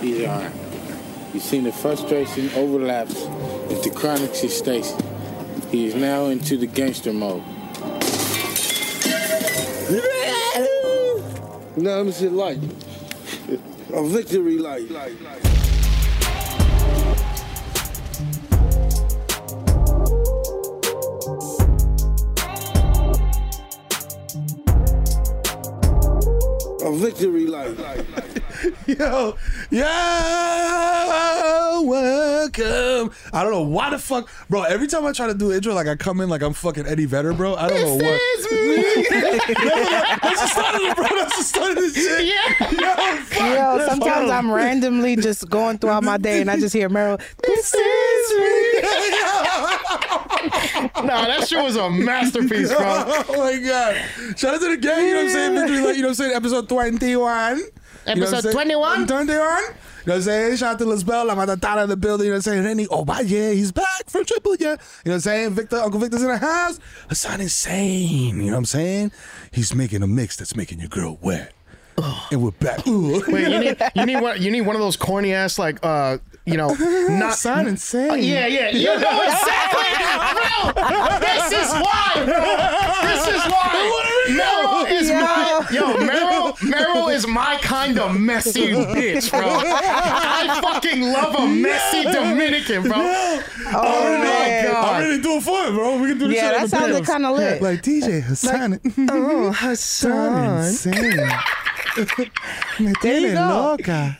ER. You've seen the frustration overlaps with the chronic gestation. He is now into the gangster mode. No, I'm shit light. A victory light. A victory light. yo, yo, welcome. I don't know why the fuck, bro. Every time I try to do intro, like I come in like I'm fucking Eddie Vedder, bro. I don't know what. That's the start of it, bro. That's the start of this shit. Yeah. Yo, fuck. Yo, Hold sometimes on. I'm randomly just going throughout my day and I just hear Meryl, this is me. Nah, that shit was a masterpiece, bro. oh my god. Shout out to the gang, you know what I'm saying? Victory, like, you know what I'm saying? Episode 21. Episode 21? 21. You know what I'm saying? Shout out to Lisbel, La Matatana in the building, you know what I'm saying? Renny, oh my yeah, he's back from Triple Yeah. You know what I'm saying? Victor, Uncle Victor's in the house. Hassan insane. You know what I'm saying? He's making a mix that's making your girl wet. And we're back. Ooh. Wait, you need you need one you need one of those corny ass like uh you know not Hassan insane. Uh, yeah yeah you know exactly bro. This is why bro. This is why. Meryl is my yo Meryl Meryl is my kind of messy bitch, bro. I fucking love a messy Dominican, bro. Oh, I'm man. my god. I'm ready to do it for him, bro. We can do this Yeah, shit on that the sounded bills. kind of lit. Like DJ Hassan. oh, Hassan Hassan. insane. Me There you tiene go. loca.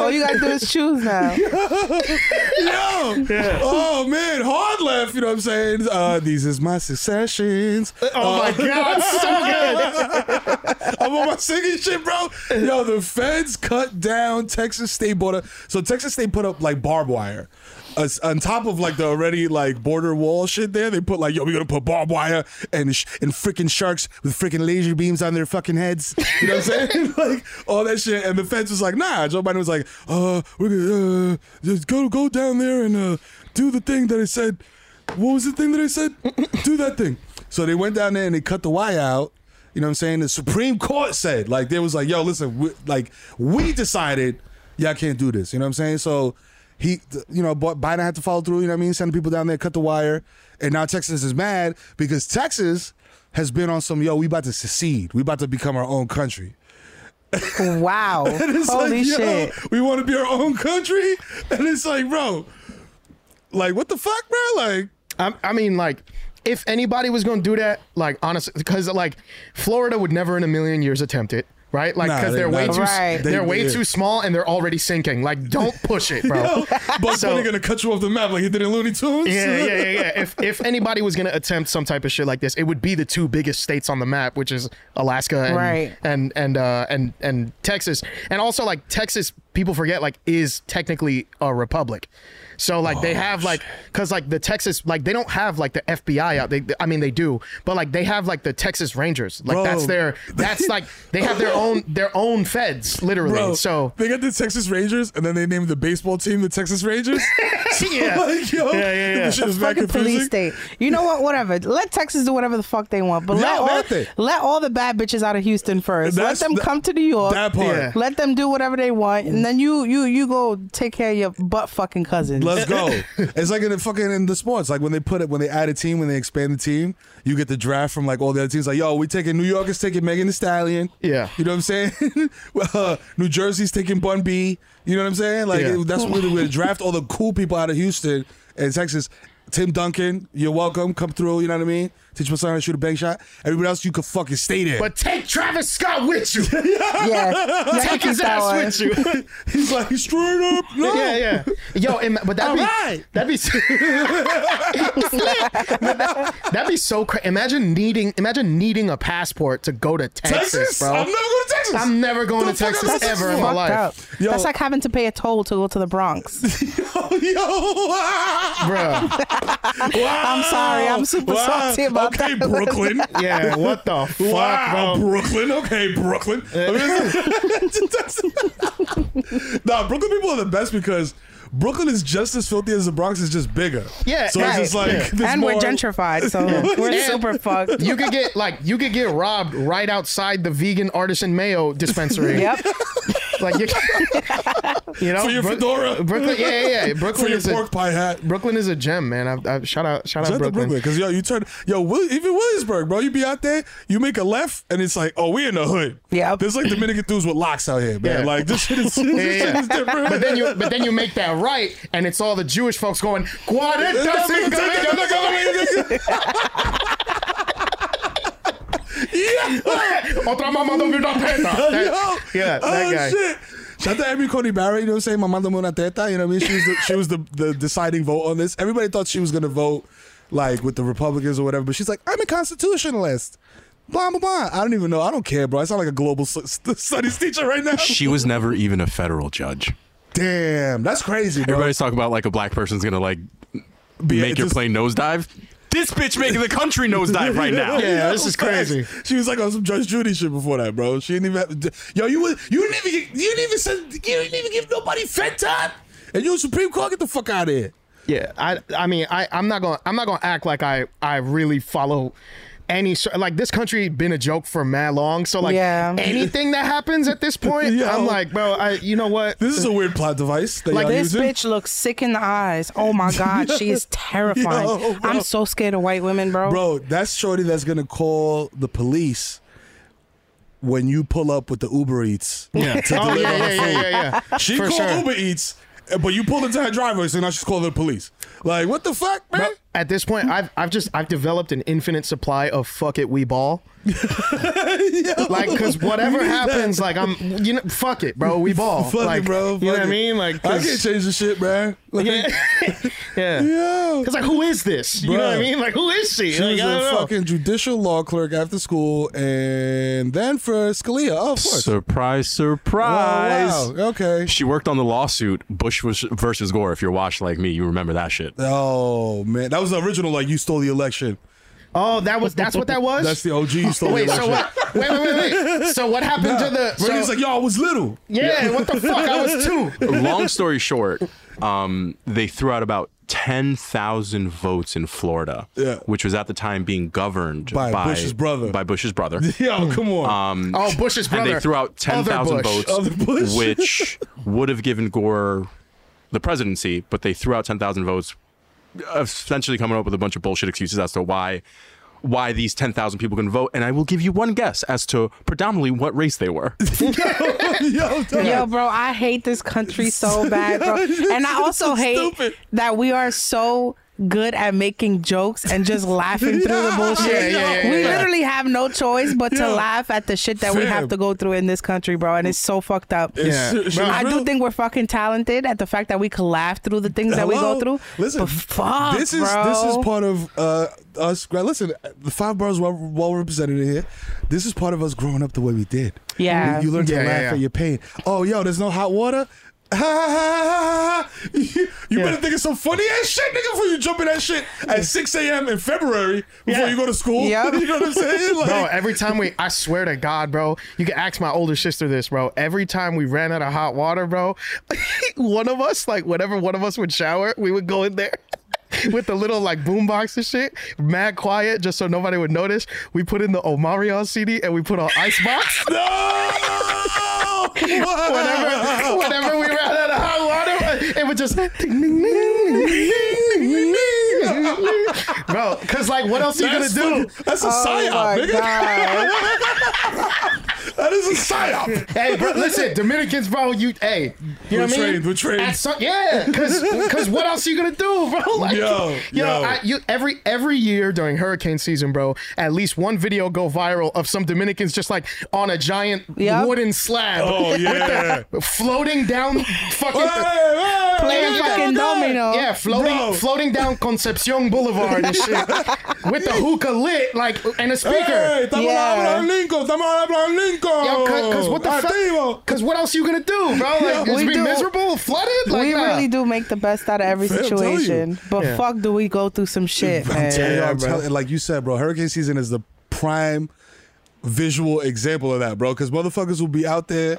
All you gotta do is choose now. Yo! Oh man, hard left, you know what I'm saying? Uh, these is my successions. Uh, Oh my god, so good. Uh, I'm on my singing shit, bro. Yo, the feds cut down Texas state border. So Texas state put up like barbed wire. Uh, on top of like the already like border wall shit there, they put like, yo, we're gonna put barbed wire and sh- and freaking sharks with freaking laser beams on their fucking heads. You know what I'm saying? like all that shit. And the feds was like, nah. Joe Biden was like, uh, we're gonna uh, just go go down there and uh, do the thing that I said. What was the thing that I said? do that thing. So they went down there and they cut the wire out. You know what I'm saying? The Supreme Court said, like, they was like, yo, listen, we, like, we decided y'all can't do this. You know what I'm saying? So he, th- you know, but Biden had to follow through, you know what I mean? Sending people down there, cut the wire. And now Texas is mad because Texas has been on some, yo, we about to secede. We about to become our own country. Wow. It's Holy like, yo, shit. we want to be our own country. And it's like, bro, like, what the fuck, bro? Like, I, I mean, like, if anybody was going to do that, like, honestly, because like, Florida would never in a million years attempt it, right? Like, Nah, because they- they, are way nah, too s- Right. they- they're way yeah. too small and they're already sinking. Like, don't push it, bro. Bugs So- Bunny gonna cut you off the map like he did in Looney Tunes. Yeah, yeah, yeah, yeah. If if anybody was gonna attempt some type of shit like this, it would be the two biggest states on the map, which is Alaska and Right. and and uh, and and Texas, and also like Texas people forget like is technically a republic. So like Oh, they have like cuz like the Texas like they don't have like the FBI out. They I mean they do, but like they have like the Texas Rangers. Like Bro. that's their that's like they have their own their own feds literally. Bro, so they got the Texas Rangers, and then they named the baseball team the Texas Rangers. So, Yeah. like, yo, Yeah, yeah, yeah. this shit is mad fucking police confusing. state. You know what? Whatever. Let Texas do whatever the fuck they want, but Yeah, let all, let they. let all the bad bitches out of Houston first. That's let them the- come to New York. That part. Yeah. Let them do whatever they want, and then you you you go take care of your butt fucking cousins. Let's go. it's like in the fucking in the sports, like when they put it when they add a team, when they expand the team, you get the draft from like all the other teams. Like, yo, we taking New York is taking Megan Thee Stallion. Yeah. you know what I'm saying. Well, uh, New Jersey's taking Bun B. You know what I'm saying? Like Yeah. it- that's where we draft all the cool people out of Houston and Texas. Tim Duncan, you're welcome. Come through. You know what I mean. Teach my son how to shoot a bank shot. Everybody else, you could fucking stay there. but take Travis Scott with you. Yeah, Y'all can take his keep that ass one. with you. he's like straight up. No. Yeah, yeah. Yo, and, but that'd be Alright. that'd be But that- that'd be so crazy. Imagine needing imagine needing a passport to go to Texas, Texas, bro. I'm never going to Texas. I'm never going The to fuck Texas I'm ever in Texas my for? Fucked life. up. Yo. That's like having to pay a toll to go to the Bronx. Yo, bro. I'm sorry. I'm super salty about okay, that. Brooklyn. Yeah, what the fuck, Wow, bro? Brooklyn. Okay, Brooklyn. I mean, nah, Brooklyn people are the best because Brooklyn is just as filthy as the Bronx is just bigger. Yeah, so it's just right. like Yeah. there's and we're more- gentrified, so we're And super fucked. You could get like you could get robbed right outside the vegan artisan mayo dispensary. Yep. Like you, you know For your Brook- fedora. Brooklyn, yeah, yeah, yeah. Brooklyn for your is a pork pie hat. Brooklyn is a gem, man. I, I, shout out, shout Shout out out to Brooklyn. Brooklyn, because yo, you turn yo Will, even Williamsburg, bro. You be out there, you make a left, and it's like, oh, we in the hood. Yep. there's like Dominican dudes with locks out here, man. Yeah. Like this shit is, this shit Yeah, is yeah. different. but then you but then you make that right, and it's all the Jewish folks going "Cuarenta cinco minutos." Otra mamá de una teta. That- Yeah, that oh, guy. Shit. Shout out to Amy Coney Barrett, you know what I'm saying? Mamando Mona Teta, you know what I mean? She was, the, she was the, the deciding vote on this. Everybody thought she was going to vote like with the Republicans or whatever, but she's like, I'm a constitutionalist. Blah, blah, blah. I don't even know. I don't care, bro. I sound like a global s- s- studies teacher right now. She was never even a federal judge. Damn, that's crazy, bro. Everybody's talking about like a black person's gonna like Be- make your just- plane nosedive. This bitch making the country nosedive right now. Yeah, this is crazy. She was like on some Judge Judy shit before that, bro. She didn't even. Have, yo, you was you didn't even you didn't even send, you didn't even give nobody fed time, and you Supreme Court get the fuck out of here. Yeah, I I mean I I'm not gonna I'm not gonna act like I I really follow any sor- like this country been a joke for mad long. So like Yeah. anything that happens at this point, Yo. I'm like, bro, I you know what? This is a weird plot device. That Like y'all This using. bitch looks sick in the eyes. Oh my god, she is terrifying. Yo, bro. I'm so scared of white women, bro. Bro, that's Shorty that's gonna call the police when you pull up with the Uber Eats. Yeah. To Oh deliver yeah, yeah, her yeah, food. yeah, yeah. She For called sure. Uber Eats, but you pulled into her driveway, so now she's calling the police. Like, what the fuck, man? But at this point, I've I've just I've developed an infinite supply of fuck it we ball. Like, cause whatever happens, like I'm you know fuck it, bro, we ball. fuck it, like, bro. you know fuck what I it. mean? Like, I 'cause- can't change the shit, man. Like, yeah, yeah. yo. Cause like, who is this? You know what I Bruh. mean? Like, who is she? She like, was I a don't know. fucking judicial law clerk after school, and then for Scalia. Oh, of course. Surprise, surprise. Oh, wow. Okay. She worked on the lawsuit Bush was- versus Gore. If you're washed like me, you remember that shit. Oh man, that was the original. Like, you stole the election. Oh, that was that's what that was. That's the OG. You stole Wait, the so election. what? Wait, wait, wait, wait. So what happened to the? So, Brady's like, yo, I was little. yeah, what the fuck? I was two. Long story short, um, they threw out about 10,000 votes in Florida, Yeah. which was at the time being governed By Bush's brother. By Bush's brother. Um, Yo, come on. Oh, Bush's brother. And they threw out Other 10,000 Bush. votes, Other Bush. which would have given Gore the presidency, but they threw out 10,000 votes, essentially coming up with a bunch of bullshit excuses as to why why these 10,000 people can vote. And I will give you one guess as to predominantly what race they were. yo, dog. Yo, bro, I hate this country so bad, bro. And I also hate Stupid. that we are so good at making jokes and just laughing through the Yeah, bullshit. yeah, yeah, yeah, we yeah. literally have no choice but Yeah. to laugh at the shit that we have Fam. to go through in this country, bro. And it's so fucked up. It's- Yeah. it's I real- do think we're fucking talented at the fact that we could laugh through the things that we go Hello? through. Listen, but fuck, this is bro. this is part of uh, us. gra- Listen, the five bars well, well represented here. This is part of us growing up the way we did. Yeah. you, you learn to Yeah, laugh yeah, yeah. at your pain. Oh, yo, there's no hot water. Ha, ha, ha, ha, ha. you better think of some funny ass shit, nigga, before you jump in that shit at 6 a.m. in February before you go to school. you know what I'm saying? Like, bro, every time we, I swear to God, bro, you can ask my older sister this, bro. Every time we ran out of hot water, bro, one of us, like, whenever one of us would shower, we would go in there. With the little like boombox and shit, mad quiet, just so nobody would notice. We put in the Omarion CD and we put on Icebox. no! whenever, whenever we ran out of hot water, it would just. ding, ding, ding, ding, ding, ding, ding. Bro, because like, what else are you gonna That's do? fucking- that's a Oh psyop, my nigga. that is a psyop. Hey, bro, listen, Dominicans, bro, you, hey, you know what We're I mean? trained, we're trained. At some- yeah, because what else are you gonna do, bro? Like, Yo, you know, yo. I, you every every year during hurricane season, bro, at least one video go viral of some Dominicans just like on a giant wooden slab, Oh, with yeah. the- floating down, fucking Hey, hey, Playing hey, fucking hey. domino. Yeah, floating Bro. floating down Concepcion Boulevard and shit with the hookah lit, like and a speaker. Hey, estamos Yeah. hablando en Lincoln, estamos hablando en Lincoln. Because what the Activo. fuck? Because what else you gonna do, bro? Like, just We be do- miserable, flooded. Like, we nah. really do make the best out of every Fam, I'm telling you. situation, but Yeah. fuck, do we go through some shit, I'm man? telling you, I'm telling- like you said, bro, hurricane season is the prime visual example of that, bro. Because motherfuckers will be out there.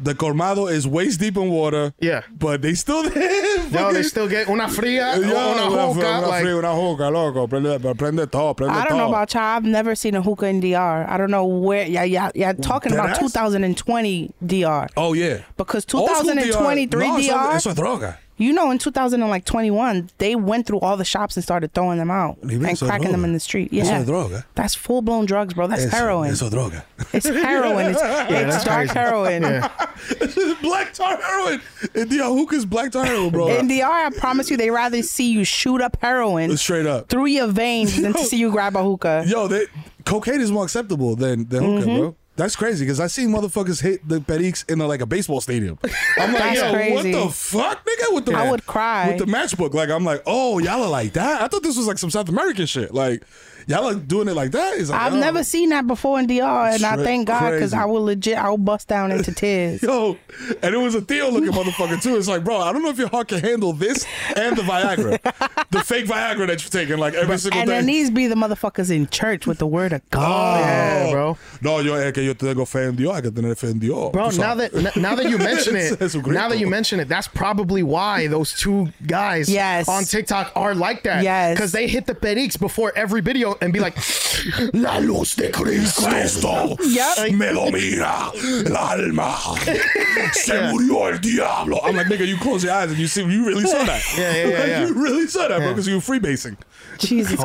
The Cormado is waist deep in water. Yeah, but they still there. Yo, they fucking- still get una fría, Yeah, una hookah, Una like- fría, una hookah, loco. Prende, prende todo, prende I don't know todo. about y'all. I've never seen a hookah in DR. I don't know where. Yeah, yeah, yeah. Talking about Deadass? 2020 DR. Oh yeah, Because Old school 2023 No, it's DR. a- it's a droga. You know, in 2021, they went through all the shops and started throwing them out Leave it, and it's a cracking them droga. in the street. It's a Yeah, droga. That's full blown drugs, bro. That's Eso- heroin. eso droga. It's heroin. It's, Yeah, it's that's dark crazy. heroin. Yeah. black tar heroin. India hookah's black tar heroin, bro. In DR, I promise you, they rather see you shoot up heroin straight up through your veins than to see you grab a hookah. Yo, they, cocaine is more acceptable than than hookah, Mhm. bro. That's crazy because I seen motherfuckers hit the periques in a, like a baseball stadium. I'm like, That's yo, crazy. what the fuck, nigga? With the I would cry. with the matchbook. Like, I'm like, oh, y'all are like that. I thought this was like some South American shit. Like, y'all are doing it like that. It's like, "Oh, I've yo. never seen that before in DR, and I Straight thank God because crazy. I will legit, I will bust down into tears. Yo, and it was a Theo looking motherfucker too. It's like, bro, I don't know if your heart can handle this and the Viagra, the fake Viagra that you're taking like every single and day. then these be the motherfuckers in church with the word of Oh, God. bro. No, yo, es que yo tengo fe en Dios, hay que tener fe en Dios. Bro, Tú Oh, now sabes. that n- now that you mention Es- it, es un now grito. that you mention it, that's probably why those two guys Yes. on TikTok are like that. Yes. because they hit the pediques before every video and be like, "La luz de Cristo, Yep. me domina el alma. Se murió el diablo. I'm like, nigga, you close your eyes and you see, you really saw that. Yeah, yeah, yeah, Like, yeah. You really saw that, bro, Yeah. because you were freebasing. Jesus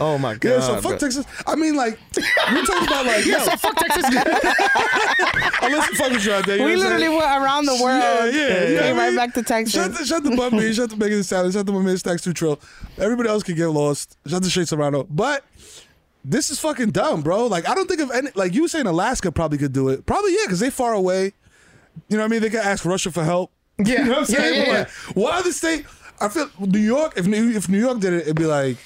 Oh my god! Yeah, so fuck bro. Texas. I mean, like, you're talking about like, Yeah, yo. so fuck Texas. Unless you fuck with you out there. you We know what I'm literally saying? went around the world Yeah, yeah. and yeah. came I right mean, back to Texas. Shut the, shut the bum bean, shut the bacon and salad, shut the woman stacks two trill. Everybody else could get lost. Shut the shade Serrano. But this is fucking dumb, bro. Like, I don't think of any, like, you were saying Alaska probably could do it. Probably, yeah, because they far away. You know what I mean? They could ask Russia for help. Yeah. You know what I'm Yeah, saying? yeah, But, yeah. like, what other state? I feel New York, if New, if New York did it, it'd be like,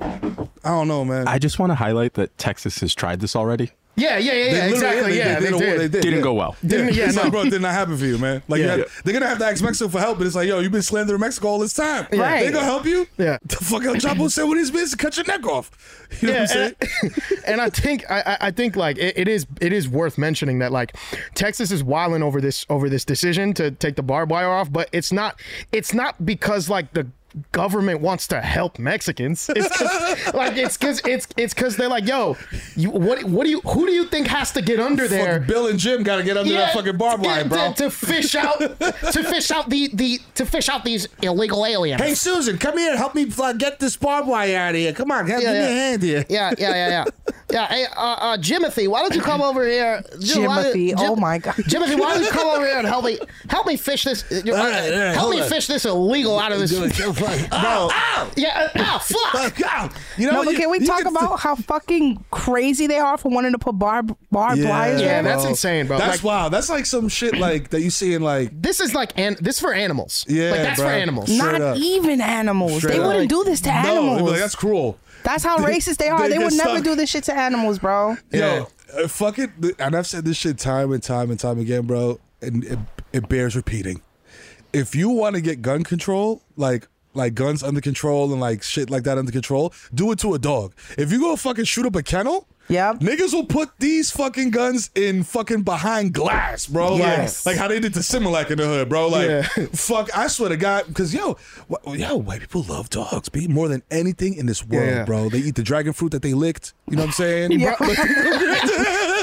I don't know, man. I just want to highlight that Texas has tried this already. Yeah, yeah, yeah, yeah, They literally- exactly. yeah, they, a- did. Didn't yeah. go well. Yeah, Didn't- yeah, it's like, no. bro, it did not happen for you, man. Like, you Yeah. had- they're gonna have to ask Mexico for help, but it's like, yo, you've been slandering Mexico all this time. Yeah. Right. They gonna help you? Yeah. The fuck El Chapo said when he's busy, cut your neck off. You know what I'm saying? and I, and I think I, I- I think like it, it is it is worth mentioning that like Texas is wilding over this over this decision to take the barbed wire off, but it's not it's not because like the government wants to help Mexicans. It's 'cause- like it's because it's it's because they're like, yo, you what what do you who do you think has to get under there? Bill and Jim got to get under that fucking barbed to- wire, to- bro. To, fish out, to fish out the the to fish out these illegal aliens. Hey Susan, come here, help me uh, get this barbed wire out of here. Come on, help, Yeah, give me yeah. a hand here. Yeah, yeah, yeah, yeah. Yeah, hey, uh, uh, Jimothy, why don't you come over here? Jim- why don't- Jimothy, Jim- oh my God. Jimothy, why don't you come over here and help me help me fish this? uh, All right, all right, help hold me on. fish this illegal out of this. Oh, Do it, Bro, yeah, uh, ah, fuck. You know, no, but can we talk about how fucking crazy they are for wanting to put barb barbed wires? around it? That's wild. That's like some shit like that you see in like This is like an this is for animals. Yeah, Like, that's bro. for animals. Straight Not up. even animals. Straight they up. wouldn't do this to No, they'd be like, animals. that's cruel. That's how They- racist they are. they They, would get never stuck. do this shit to animals, bro. Yo, uh, fuck it. th- And I've said this shit time and time and time again, bro. And it, it bears repeating. If you want to get gun control, like like guns under control and like shit like that under control, do it to a dog. If you go fucking shoot up a kennel, yeah, niggas will put these fucking guns in fucking behind glass, bro. Like- Yes. Like, how they did to Similac in the hood, bro. Like fuck, I swear to God, because yo, wh- yo, white people love dogs, be more than anything in this world, Yeah. bro. They eat the dragon fruit that they licked. You know what I'm saying? Yeah.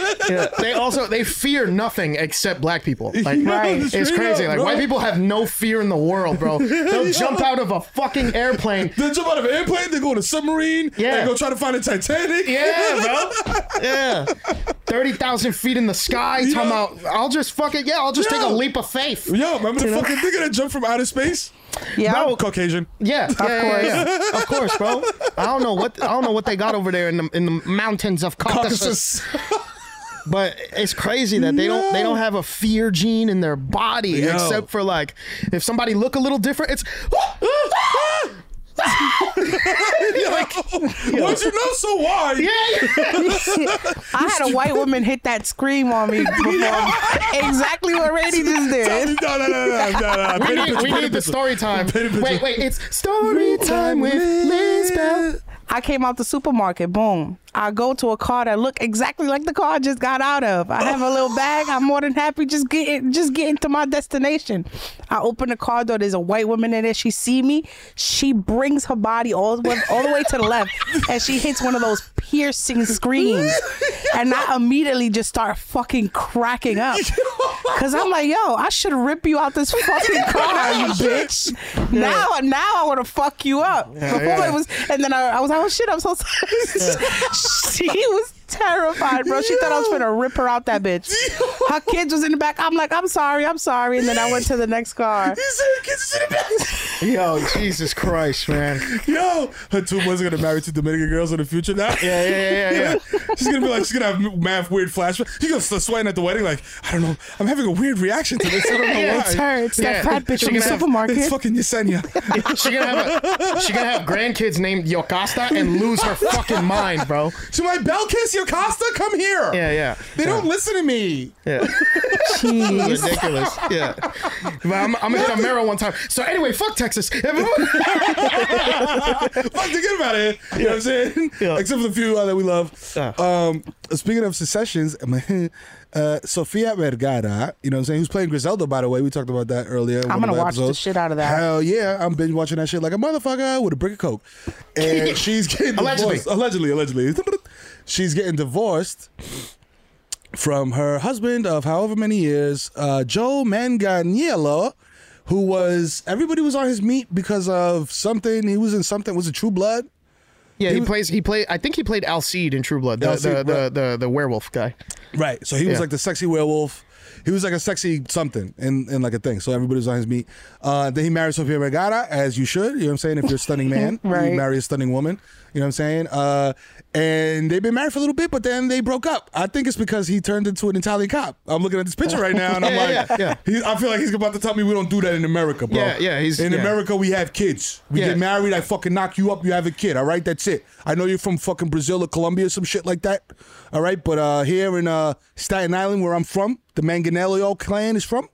They also they fear nothing except black people. Like No, right. straight it's crazy. up, like bro. white people have no fear in the world, bro. They'll Yeah. jump out of a fucking airplane. They jump out of an airplane. They go on a submarine. Yeah. They go try to find the Titanic. Yeah, bro. Yeah. 30,000 feet in the sky. Yeah. Talking about, I'll just fucking, yeah, I'll just Yeah. take a leap of faith. Yo, remember the You know? fucking nigga that jumped from outer space? Yeah. Bro, Caucasian. Yeah, Of yeah, yeah, yeah, course. yeah. of course, bro. I don't know what I don't know what they got over there in the in the mountains of Caucasus. But it's crazy that they don't they don't have a fear gene in their body Yo. except for like if somebody look a little different, it's You're like, Why'd you know so wide? I had a white woman hit that scream on me before. exactly what Randy just did. No, no, no, no, no, no. We need, we need the story time. Wait, wait, it's story time with Lisbeth. I came out the supermarket. Boom. I go to a car that look exactly like the car I just got out of. I have a little bag. I'm more than happy just getting just getting to my destination. I open the car door. There's a white woman in there. She see me. She brings her body all the way, all the way to the left, and she hits one of those piercing screams. And I immediately just start fucking cracking up because I'm like, yo, I should rip you out this fucking car, you bitch. Now, now I want to fuck you up. Yeah, Before yeah. it was and then I, I was like, oh shit, I'm so sorry. she was terrified, bro. She thought I was gonna rip her out that bitch. Her kids was in the back. I'm like, I'm sorry, I'm sorry. And then I went to the next car. Yo, Jesus Christ, man. Yo, her two boys are gonna marry two Dominican girls in the future now. Yeah, yeah, yeah, yeah, She's gonna be like, she's gonna have math weird flashbacks. She's gonna start sweating at the wedding, like, I don't know, I'm having a weird reaction to this. I don't know Yeah, why. it's her, it's that Yeah. fat bitch She from the gonna have- supermarket. It's fucking Yesenia. she gonna have a, she gonna have grandkids named Yocasta and lose her fucking mind, bro. To my bell kiss, Yocasta, come here. Yeah, yeah. They yeah. don't listen to me. Yeah. Jeez. Ridiculous. Yeah. But I'm, I'm gonna get a mirror one time. So anyway, fuck Texas. Fuck to get him out of here. You know what I'm saying? Except for the few uh, that we love. Um, speaking of secessions, uh, Sofia Vergara, you know what I'm saying, who's playing Griselda, by the way. We talked about that earlier. in I'm one of gonna the watch the episodes. shit out of that. Hell yeah, I'm binge watching that shit like a motherfucker with a brick of coke. And she's getting Allegedly. divorced. Allegedly, allegedly. She's getting divorced from her husband of however many years, uh, Joe Manganiello, who was everybody was on his meat because of something. He was in something. Was it True Blood? yeah, he plays. He played. I think he played Alcide in True Blood, the the, Alcide, the, right. the the werewolf guy. Right. So he was Yeah. like the sexy werewolf. He was like a sexy something and, and like a thing. So everybody was on his meat. Uh, then he married Sofia Vergara, as you should. You know what I'm saying? If you're a stunning man, Right. you marry a stunning woman. You know what I'm saying? Uh, and they've been married for a little bit, but then they broke up. I think it's because he turned into an Italian cop. I'm looking at this picture right now, and I'm Yeah, like, yeah, yeah. He, I feel like he's about to tell me we don't do that in America, bro. Yeah, yeah, he's- in yeah. America, we have kids. We Yeah. get married. I fucking knock you up. You have a kid. All right, that's it. I know you're from fucking Brazil or Colombia or some shit like that. All right, but uh, here in uh, Staten Island, where I'm from, the Manganello clan is from.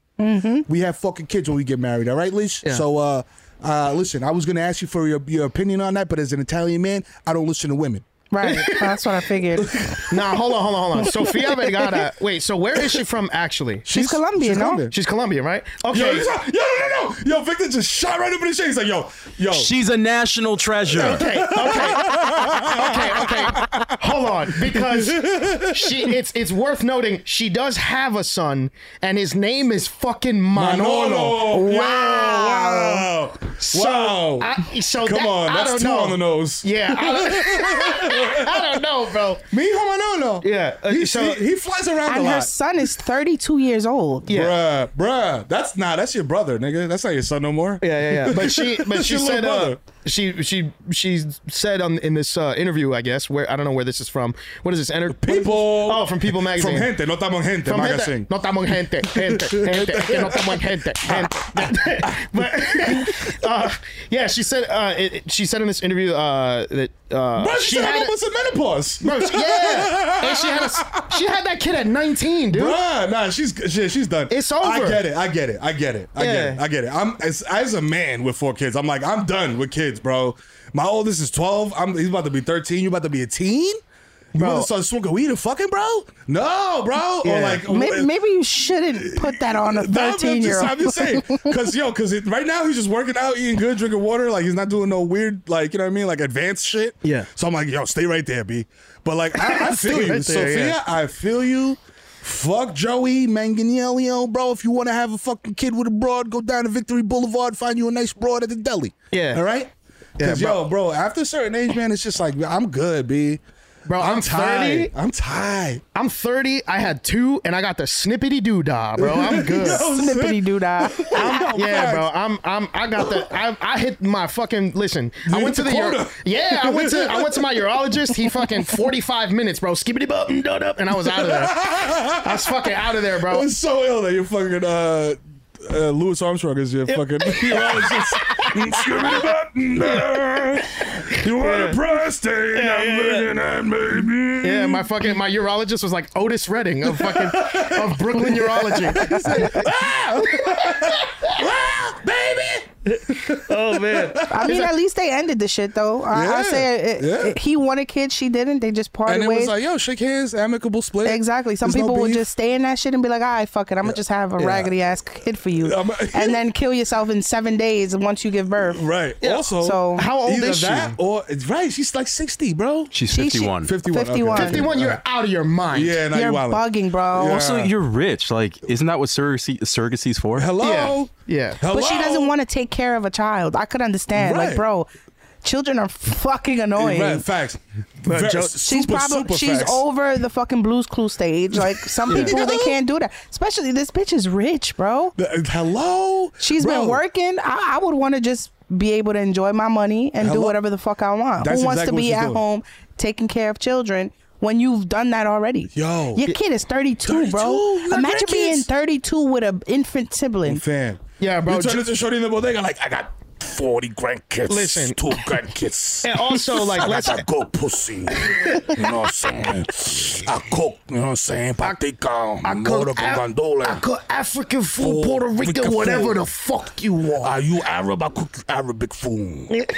We have fucking kids when we get married. All right, Lish. Mm-hmm. Yeah. So, uh, uh, listen, I was gonna ask you for your, your opinion on that, but as an Italian man, I don't listen to women. Right. That's what I figured. nah, hold on, hold on, hold on. Sofia Vergara. Wait, so where is she from actually? She's, Colombian, she's no? Colombian. She's Colombian, right? Yo, Okay. he's not- yo, no, no, no. Yo, Victor just shot right up in his shade. He's like, yo, yo. She's a national treasure. Okay, okay, okay, okay. Hold on, because she it's it's worth noting she does have a son, and his name is fucking Manolo. Manolo. Yo, Wow. wow. So, Wow. I, so Come that- on, I that's don't two know. on the nose. Yeah, I don't, I don't know, bro. Me, Manolo. Yeah, uh, He, so- he, he flies around a and lot. her son is 32 years old. Bruh, bruh. That's not. That's your brother, nigga. That's not your son no more. Yeah, yeah, yeah. But she, but That's she your little said, uh, brother. she, she, she said on in this uh, interview, I guess, where I don't know where this is from. What is this? Enter- People. Oh, from People magazine. From gente, no estamos gente, From gente. magazine. No estamos gente, gente, gente, es que no estamos gente, gente. but uh, yeah, she said, uh, it, it- she said in this interview uh, that uh, Bruh, she, said I'm had, almost in menopause. bro, she- yeah, and she had a s she had that kid at 19, dude. Bruh, nah, she's she, she's done. It's over. I get it. I get it. I get it. I Yeah. get it. I get it. I'm as, as a man with four kids. I'm like I'm done with kids, bro. My oldest is 12. I'm he's about to be 13. You about to be a teen? You Bro. about to start smoking weed and fucking, bro? No, bro. Or Yeah. like Maybe, maybe you shouldn't put that on a Nah, I'm just- 13 year old. I'm just saying, cause yo, cause it, right now he's just working out, eating good, drinking water. Like he's not doing no weird, like you know what I mean, like advanced shit. Yeah. So I'm like, yo, stay right there, b. But like, I, I feel Stay you, right there, Sophia. yeah. I feel you. Fuck Joey Manganiello, bro. If you want to have a fucking kid with a broad, go down to Victory Boulevard, find you a nice broad at the deli. Yeah. All right. Yeah, Cause bro. yo, bro, after a certain age, man, it's just like I'm good, b. Bro, I'm, 30. tired. I'm tired. I'm 30. I had two, and I got the snippity doo dah, bro. I'm good. Snippity doo dah. I'm- yeah, bro. I'm I'm I got the I, I hit my fucking listen. I You went to hit the the ur- quota. yeah. I went to I went to my urologist. He fucking forty five minutes, bro. Skibbity button, dud up, and I was out of there. I was fucking out of there, I bro. was so ill that you're fucking uh, uh Louis Armstrong is your fucking urologist. you want a prostate? I'm looking at maybe. Yeah, my fucking my urologist was like Otis Redding of fucking of Brooklyn urology. oh man, I mean, at least they ended the shit though. I, I Yeah, say it, it- yeah. he wanted kids, she didn't. They just parted And it ways. was like, yo, shake hands, amicable split. Exactly. Some There's no people would beef. just stay in that shit and be like, "All right, fuck it. I'm gonna just have a Yeah. raggedy ass kid for you, I'm- and then kill yourself in seven days once you give birth." Right. Also, So how old either is she? that or it's right. She's like sixty, bro. She's She- she- 51. 51. 51. Okay. 51, you're out of your mind. Yeah, now you're you wildin'. bugging, bro. Yeah. Also, you're rich. Like, isn't that what surrogacy surrogacy's for? Hello. Yeah. Hello. But she doesn't want to take care of a child. I could understand, like, Right. bro, children are fucking annoying. Right, facts. Very- Joe- She's super, probably super she's facts. over the fucking Blues Clue stage. Like some people, they can't do that. Especially this bitch is rich, bro. Uh, Hello. She's Bro, been working. I, I would want to just be able to enjoy my money and do Hello? whatever the fuck I want. That's Who wants exactly to what be she's at doing. home taking care of children when you've done that already? Yo. your kid is thirty two, 32? bro. You got Imagine being grandkids? thirty two with an infant sibling. Fan. Yeah, bro, You turn ju- into Shorty in the bodega, like I got forty grandkids. Listen. two grandkids. And also, like, I let's- got a good pussy. You know what I'm saying? I cook. You know what I'm saying? Patica, moro con gandola. I cook African food, Oh, Puerto Rican Rican, food. whatever the fuck you want. Are you Arab? I cook Arabic food.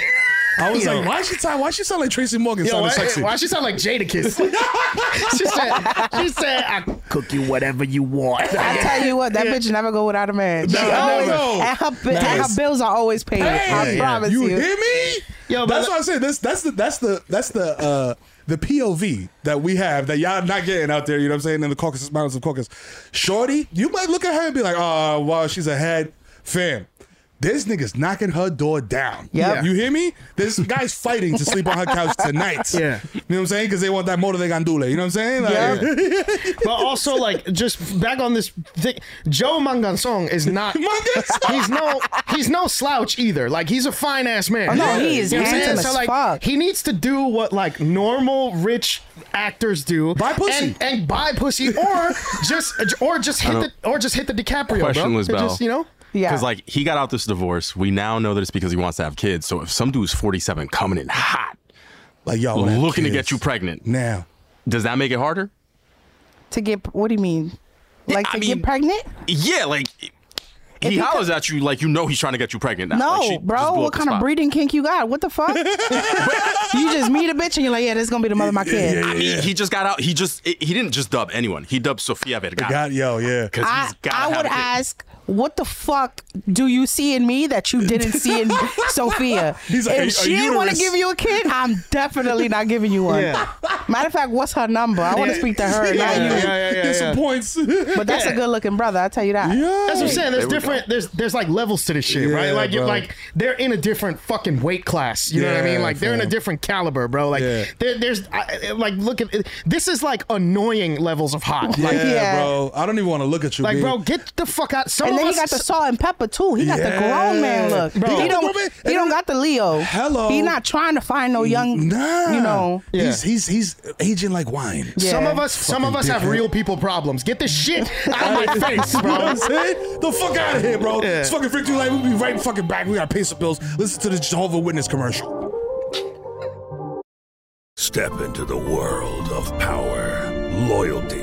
I was like, why she sound? Why she sound like Tracy Morgan? Yo, sounding why, sexy. why she sound like Jadakiss? she said, she said, I cook you whatever you want. I tell you what, that bitch never go without a man. She No, always, no. And her, bi- and Nice. her bills are always paid. I Hey, promise you you. hear me? Yo, but that's le- what I'm saying. That's that's the that's the that's the uh the POV that we have that y'all not getting out there. You know what I'm saying? In the Caucasus Mountains of Caucasus, Shorty, you might look at her and be like, "Oh, wow, she's ahead, fam." This nigga's knocking her door down. Yep. You hear me? This guy's fighting to sleep on her couch tonight. Yeah. You know what I'm saying? Because they want that motor they gandula. You know what I'm saying? Like, but also, like, just back on this thing, Joe Mangansong is not. Mangansong. he's no, he's no slouch either. Like, he's a fine ass man. Oh, no, he is what I'm saying? handsome as like, fuck. he needs to do what like normal rich actors do. Buy pussy. and, and buy pussy, or just or just hit the or just hit the DiCaprio. Question bro. was It Bell. just, you know. Yeah. Because like he got out this divorce, we now know that it's because he wants to have kids. So if some dude's 47 coming in hot, like y'all wanna have looking to kids. get you pregnant, now. does that make it harder? to get what do you mean? Like I to mean- get pregnant? Yeah, like If he you hollers at you like you know he's trying to get you pregnant. Now. no, Like, she just bro, blew what up the kind of spot. breeding kink you got? What the fuck? you just meet a bitch and you're like, yeah, this is gonna be the mother of my kid. I mean, he just got out. He just he didn't just dub anyone. He dubbed Sofia Vergara. God, yo, oh, yeah. Because I, he's got. I would ask, what the fuck do you see in me that you didn't see in Sophia? He's like, if a- a she didn't want to uterus. give you a kid, I'm definitely not giving you one. Yeah. Matter of fact, what's her number? I want to Yeah. speak to her, Yeah, not you. yeah, yeah, yeah, Get some yeah. points. But that's a Yeah. good looking brother. I will tell you that. That's what I'm saying. There's different. There's there's like levels to this shit, Yeah, right? Like you're bro. like they're in a different fucking weight class. You know what I Yeah, mean? Like they're in a fam. different caliber, bro. Like there, there's I, I- like look at this is like annoying levels of hot. Yeah, Like, bro. I don't even want to look at you. Like B. bro, get the fuck out. Some and of then he us, got the salt and pepper too. He got the grown man Yeah. look. Bro. He He got the don't. grown man- He don't got the Leo. Hello. He not trying to find no young. Nah. You know. He's he's he's aging like wine. Some of us, some of us have Fucking real people problems. Get the shit out of my dickhead. face, You know what bro. I'm saying? The fuck out of here, bro. Yeah. It's fucking freak through life. We'll be right fucking back. We gotta pay some bills. Listen to the Jehovah Witness commercial. Step into the world of power, loyalty,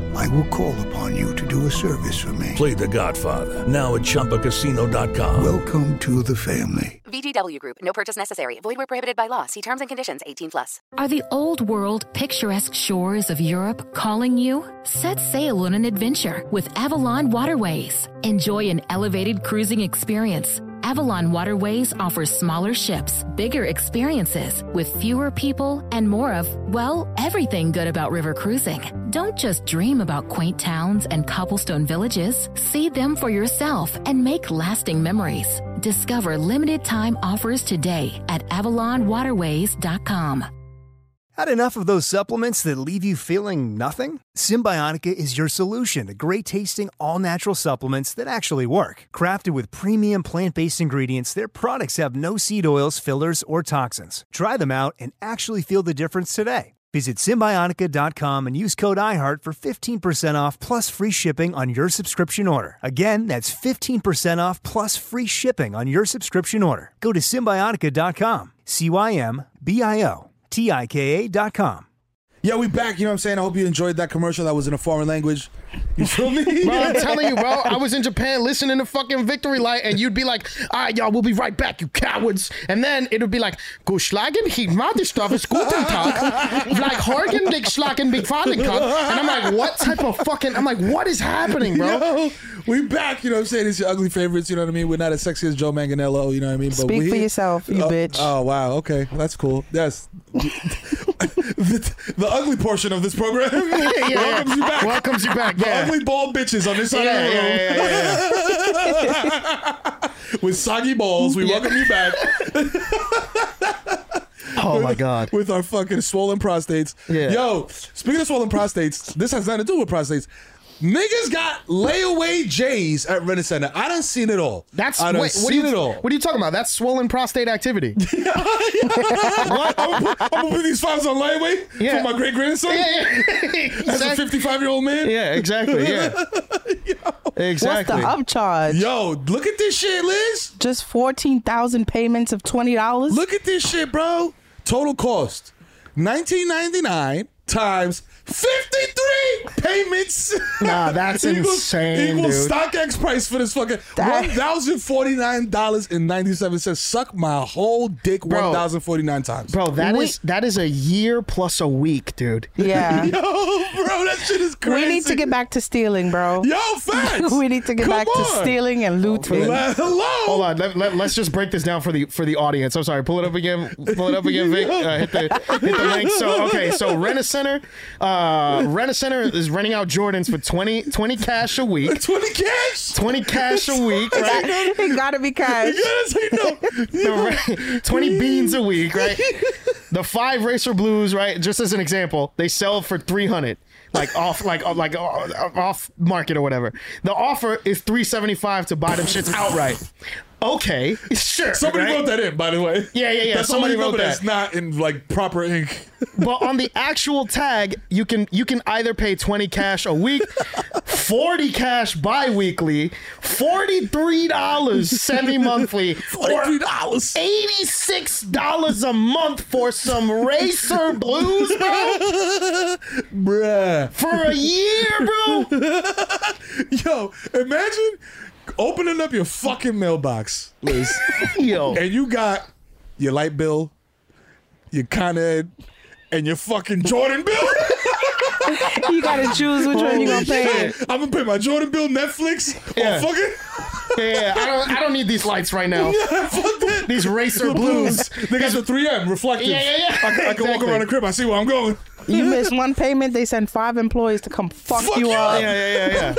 I will call upon you to do a service for me. play The Godfather now at ChumbaCasino.com. Welcome to the family. VGW Group. No purchase necessary. Void where prohibited by law. See terms and conditions. 18 plus. Are the old world, picturesque shores of Europe calling you? Set sail on an adventure with Avalon Waterways. Enjoy an elevated cruising experience. Avalon Waterways offers smaller ships, bigger experiences, with fewer people and more of, well, everything good about river cruising. Don't just dream about quaint towns and cobblestone villages. See them for yourself and make lasting memories. Discover limited time offers today at AvalonWaterways.com. Had enough of those supplements that leave you feeling nothing? Symbionica is your solution to great tasting, all natural supplements that actually work. Crafted with premium plant based ingredients, their products have no seed oils, fillers, or toxins. Try them out and actually feel the difference today. Visit Symbionica.com and use code IHEART for 15% off plus free shipping on your subscription order. Again, that's 15% off plus free shipping on your subscription order. Go to Symbionica.com. C Y M B I O. T-I-K-A dot com. Yeah, we back. You know what I'm saying? I hope you enjoyed that commercial that was in a foreign language. You feel me? Bro, I'm telling you, bro. I was in Japan listening to fucking Victory Light, and you'd be like, "All right, y'all, we'll be right back, you cowards." And then it would be like, "Guschlagen, he Stoffes guten Tag, like Horgen, Dick Schlagen, Big Fadenkopf." And I'm like, "What type of fucking?" I'm like, "What is happening, bro?" Yo, we back. You know what I'm saying? It's your ugly favorites. You know what I mean? We're not as sexy as Joe Manganello. You know what I mean? Speak we for yourself, you oh, bitch. Oh wow. Okay, that's cool. That's the, the ugly portion of this program. Yeah, yeah. Welcomes you back. Welcomes you back, The yeah. ugly bald bitches on this side Yeah, of the room. yeah, yeah, With soggy balls, we welcome you back. Oh my god. With our fucking swollen prostates. Yeah. Yo, speaking of swollen prostates, this has nothing to do with prostates. Niggas got layaway J's at Renaissance Center. I done seen it all. That's I wait, done what are seen you it all. what are you talking about? That's swollen prostate activity. what? I'm gonna put, I'm gonna put these fives on layaway Yeah. for my great grandson. Yeah, As a Exact- 55 year old man. Yeah, exactly, yeah. Exactly. What's the upcharge? Yo, look at this shit, Liz. Just fourteen thousand payments of twenty dollars. Look at this shit, bro. Total cost 19.99 times 53 payments. Nah, that's insane, Equals dude. StockX price for this fucking $1,049.97. Suck my whole dick Bro. 1,049 times. Bro, that is We- that is a year plus a week, dude. Yeah. Yo, bro, that shit is crazy. We need to get back to stealing, bro. Yo, facts. we need to get Come back to on. stealing and looting. Hold on. Let, let, us just break this down for the for the audience. I'm sorry. Pull it up again. Pull it up again, Vic. Uh, hit the hit the link. So okay. So Rena Center, uh, Rena Center is renting out Jordans for 20, 20 cash a week. 20 cash. 20 cash a week. Right. it gotta be cash. Yes, I The re- 20 beans a week, right? The five racer blues, right? Just as an example, they sell for 300 like off like uh, like uh, off market or whatever. The offer is 375 to buy them shits outright. Okay, sure. Somebody right? wrote that in, by the way. Yeah, yeah, yeah. That's Somebody wrote somebody wrote that. It's not in like proper ink. but on the actual tag, you can you can either pay 20 cash a week, 40 cash bi-weekly, $43 semi-monthly, or $86 a month for some Racer Blues, bro. Bruh. For a year, bro. Yo, imagine opening up your fucking mailbox, Liz. Yo. And you got your light bill, your Con Ed, and your fucking Jordan bill. You gotta choose which one you Holy gonna pay. shit. I'm gonna pay my Jordan bill, Netflix, Yeah. or fucking. Yeah, I don't I don't need these lights right now. Yeah, fuck that. These Racer The Blues. They got the 3M reflective. Yeah, yeah, yeah. I, can- I can walk Exactly. around the crib. I see where I'm going. You miss one payment, they send five employees to come fuck, you, Yeah, up. yeah, yeah,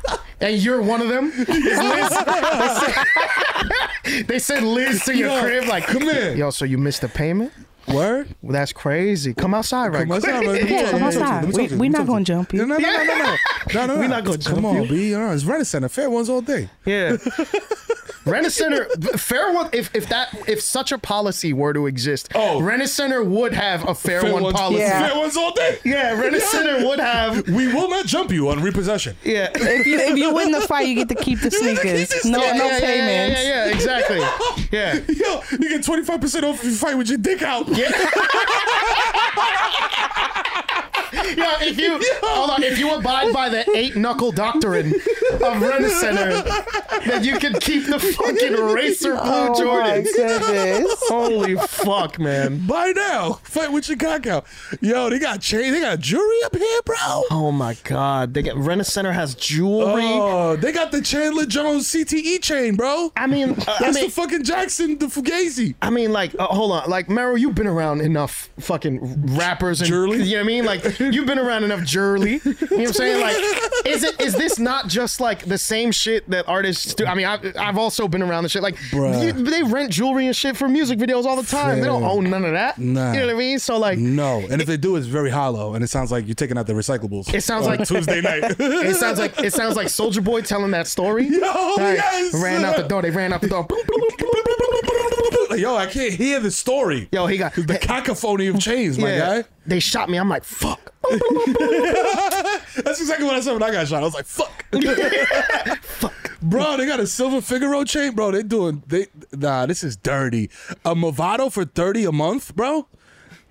yeah. and you're one of them. Is Liz- they, send, they send Liz to your Yo, crib like, come here. Yo, so you missed the payment? Word? Well, that's crazy. Come outside, right? Come outside, quick. right? Let me Yeah, talk to come you, let me talk outside. to you, let me We, talk to you, we're let me not talk gonna to you. jump No, you. no, no, no, no, no. no, no. We no. not gonna Come jump on, you. B. You know, it's Renaissance. Fair ones all day. Yeah. Rent a Center, fair one. If if that if such a policy were to exist, oh, Rent a Center would have a fair, one ones- policy. Fair ones all day. Yeah, Rent a Yeah. Center would have. We will not jump you on repossession. Yeah. If you if you win the fight, you get to keep the sneakers. No, Yeah, no yeah, yeah, payments. Yeah, yeah, yeah, exactly. Yeah. Yo, you get 25% off if you fight with your dick out. Yeah. Yeah, if you hold on, if you abide by the eight knuckle doctrine of Ren Center, then you can keep the fucking racer blue Oh my Jordans. goodness. Holy fuck, man! Buy now. Fight with your cock out. Yo, they got chain. They got jewelry up here, bro. Oh my god, they get Ren Center has jewelry. Oh, they got the Chandler Jones CTE chain, bro. I mean, uh, I that's mean- the fucking Jackson, the Fugazi. I mean, like, uh, hold on, like Meryl, you've been around enough fucking rappers and Jurley? You know what I mean? Like, you've been around enough Jurley. You know what I'm saying? Like, is it is this not just like the same shit that artists do? I mean, I've, I've also been around the shit. Like, Bruh. you- they rent jewelry and shit for music videos all the time. They don't Fair. own none of that. Nah. You know what I mean? So like, No, and if they do, it's very hollow, and it sounds like you're taking out the recyclables. It sounds on like Tuesday night. it sounds like it sounds like Soldier Boy telling that story. Yo, Like, yes! Ran out the door. They ran out the door. Boom, boom, boom, boom, Yo, I can't hear the story. Yo, he got the cacophony of chains, my Yeah. guy. They shot me. I'm like, fuck. That's exactly what I said when I got shot. I was like, fuck. Bro, they got a silver Figaro chain, bro. They doing they nah, this is dirty. A Movado for 30 a month, bro?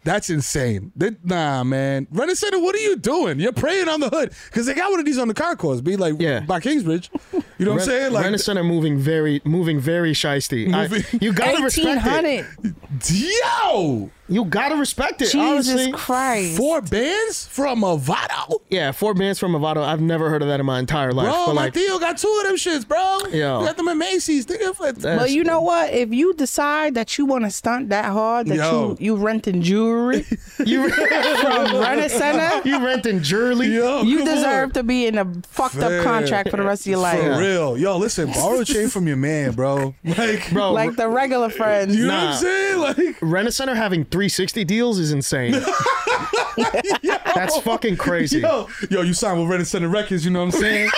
That's insane. They, nah, man. Renner Center, what are you doing? You're praying on the hood. Cause they got one of these on the concourse, be like by Kingsbridge. You know what I'm saying? Like Renaissance are moving very, moving very shisty. I- Moving- you gotta respect it. 1800. Yo! You gotta respect it. Jesus honestly. Christ. Four bands from Movado? Yeah, four bands from Movado. I've never heard of that in my entire life. Bro, but my like, Theo got two of them shits, bro. Yo. We got them at Macy's. Nigga, for- But you know what? If you decide that you want to stunt that hard, that Yo. you you renting jewelry, you from Renner Center? you renting jewelry. Yo, you come on. deserve to be in a fucked Fair. up contract for the rest of your life. For real. Yo, listen, borrow a chain from your man, bro. Like, Bro, Like the regular friends. you know what nah. I'm saying? Like, Renaissance are having 360 deals is insane. That's fucking crazy. yo, yo, you sign with Red Center Records, you know what I'm saying?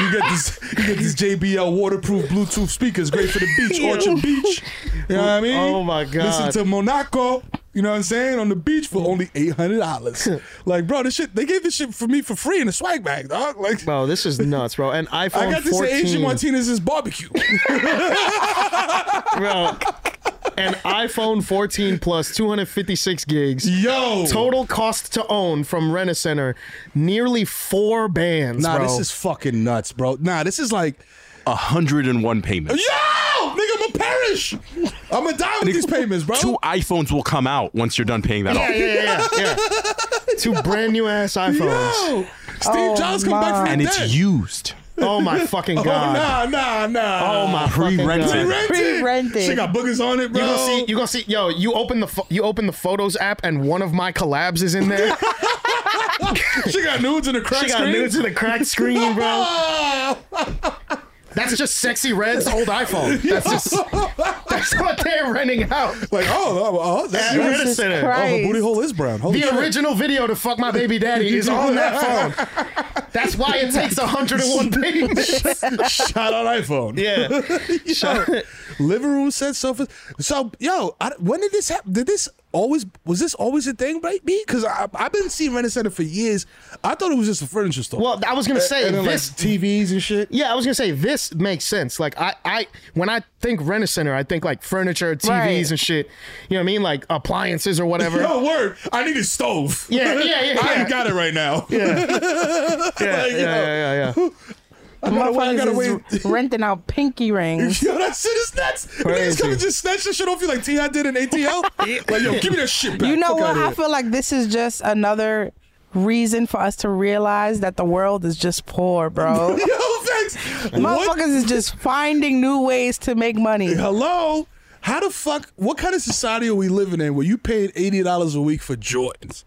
you get this you get these JBL waterproof Bluetooth speakers, great for the beach, Orchard Beach. You know what I mean? Oh my God. Listen to Monaco. You know what I'm saying? On the beach for only eight hundred dollars. like, bro, this shit they gave this shit for me for free in a swag bag, dog. Like Bro, this is nuts, bro. And iPhone I 14. got this at Asian Martinez's barbecue. bro. An iPhone 14 plus 256 gigs. Yo. Total cost to own from Rent a Center, nearly four bands. Nah, bro. this is fucking nuts, bro. Nah, this is like 101 Yo, payments. nigga, I'ma perish. I'ma die with these payments, bro. Two iPhones will come out once you're done paying that yeah, off. yeah, yeah, yeah, yeah. Two brand new ass iPhones. Yo, Steve Oh, Jobs come back my. from And the it's dead. used. Oh my fucking god. Oh, nah, nah, nah. Oh my fucking Pre-rented. god. Pre-rented. Pre-rented. She got boogers on it, You bro. gonna see? You gonna see? Yo, you open the pho- you open the Photos app, and one of my collabs is in there. she got nudes in the crack she got screen. nudes in the cracked screen, bro. That's just sexy red's old iPhone. That's just that's what they're renting out. like, oh, oh, oh, that's At nice. Rent a Center. Oh, her Christ. booty hole is brown. Holy The shit. original video to fuck my baby daddy is on that phone. That's why it takes 101 pages. Shout out iPhone. Yeah. Shout Living room set sofa. So, yo, I, when did this happen? Did this always, was this always a thing, right? B? Because I've been seeing Rent a Center for years. I thought it was just a furniture store. Well, I was gonna And- say and then, like, this TVs and shit. Yeah, I was gonna say this makes sense. Like I, I when I think rent center, I think like furniture, TVs Right. and shit. You know what I mean? Like appliances or whatever. Yo, word. I need a stove. Yeah, yeah, yeah, I yeah. ain't got it right now. Yeah. Like, yeah, yo, yeah, yeah, yeah. I gotta, wait- I gotta wait. Motherfuckers is renting out pinky rings. Yo, that shit is nuts. Niggas Crazy. come and just snatch the shit off you like T.I. did in ATL. like, yo, give me that shit back. You know Fuck what? outta I here. feel like this is just another reason for us to realize that the world is just poor, bro. Yo, thanks. Motherfuckers is just finding new ways to make money. Hello? How the fuck? What kind of society are we living in where you paid eighty dollars a week for Jordans?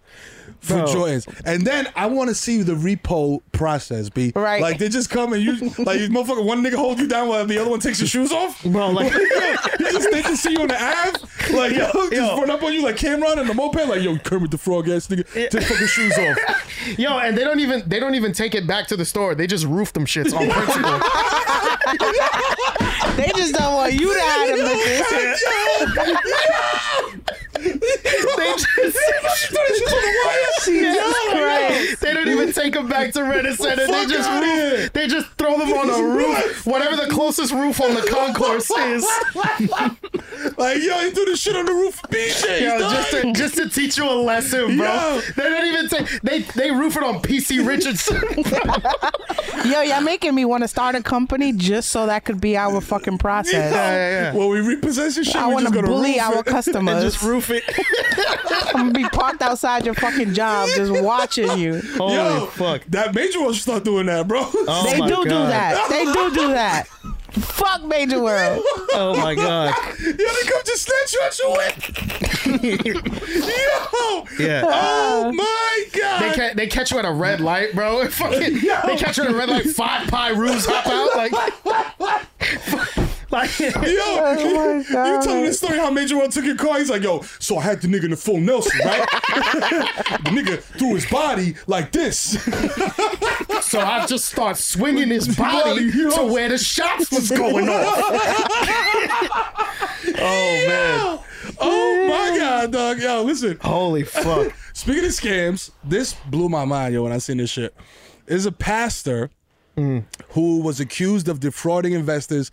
For Bro. Jordans, and then I want to see the repo process be right. Like they just come and you like you motherfucker. One nigga hold you down while the other one takes your shoes off. Bro, like- you just they can see you on the Ave. Like yo, just run up on you like Cameron and the moped. Like yo, Kermit the Frog ass nigga, take fucking shoes off. Yo, and they don't even they don't even take it back to the store. They just roof them shits on principle. they just don't want you to have them bitches. they just Jesus Christ. They don't even take them back to Renaissance. Center. They Fuck just outta roof, here. they just throw them on a roof, whatever the closest roof on the concourse is. like yo, you do this shit on the roof, of BJ's. Yo, dog. just to, just to teach you a lesson, bro. Yo. They don't even take they they roof it on PC Richardson. Yo, y'all making me want to start a company just so that could be our fucking process. Well, we repossess your shit. I we want just to gonna bully roof our it. customers. roof it. I'm gonna be parked outside your fucking job, just watching you. Yo, fuck. That major one should start doing that, bro. they do do that. They do do that. Fuck Major World. Oh my god. Yo, they come just snatch you out your wick. Yo. Yeah. Oh my god. They, ca- they catch you at a red light, bro. And Fucking, Yo. They catch you at a red light. Five pie roofs hop out like. like Yo, Oh you you telling this story how Major World took your car? He's like, yo, so I had the nigga in the full Nelson, right? the nigga threw his body like this. So I just start swinging his body to where the shots was going off. Oh man. Oh my god, dog. Yo, listen. Holy fuck. Speaking of scams, this blew my mind, yo, when I seen this shit. Is a pastor Mm. who was accused of defrauding investors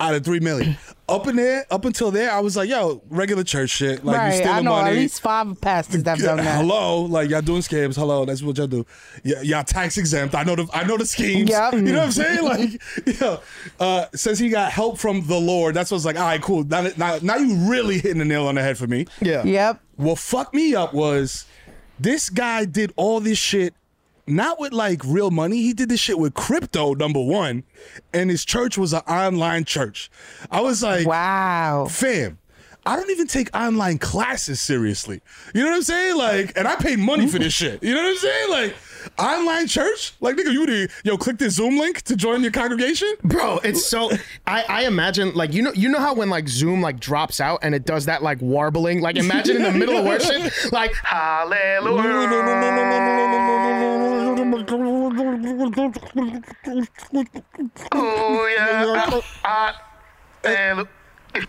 out of three million. up in there, up until there, I was like, yo, regular church shit. Like you right, stealing I know money. at least five pastors that've done that. Hello, like y'all doing scams. Hello, that's what y'all do. Y- y'all tax exempt. I know the I know the schemes. Yep. You know what I'm saying? Like, yeah. Uh, since he got help from the Lord, that's what's like. All right, cool. Now, now, now you really hitting the nail on the head for me. Yeah. Yep. What fucked me up was this guy did all this shit. Not with like real money. He did this shit with crypto, number one. And his church was an online church. I was like, wow. Fam, I don't even take online classes seriously. You know what I'm saying? Like, and I paid money for this shit. You know what I'm saying? Like, online church? Like, nigga, you need, yo, click this Zoom link to join your congregation? Bro, it's so I, I imagine like you know you know how when like Zoom like drops out and it does that like warbling? Like imagine in the middle of worship, like hallelujah.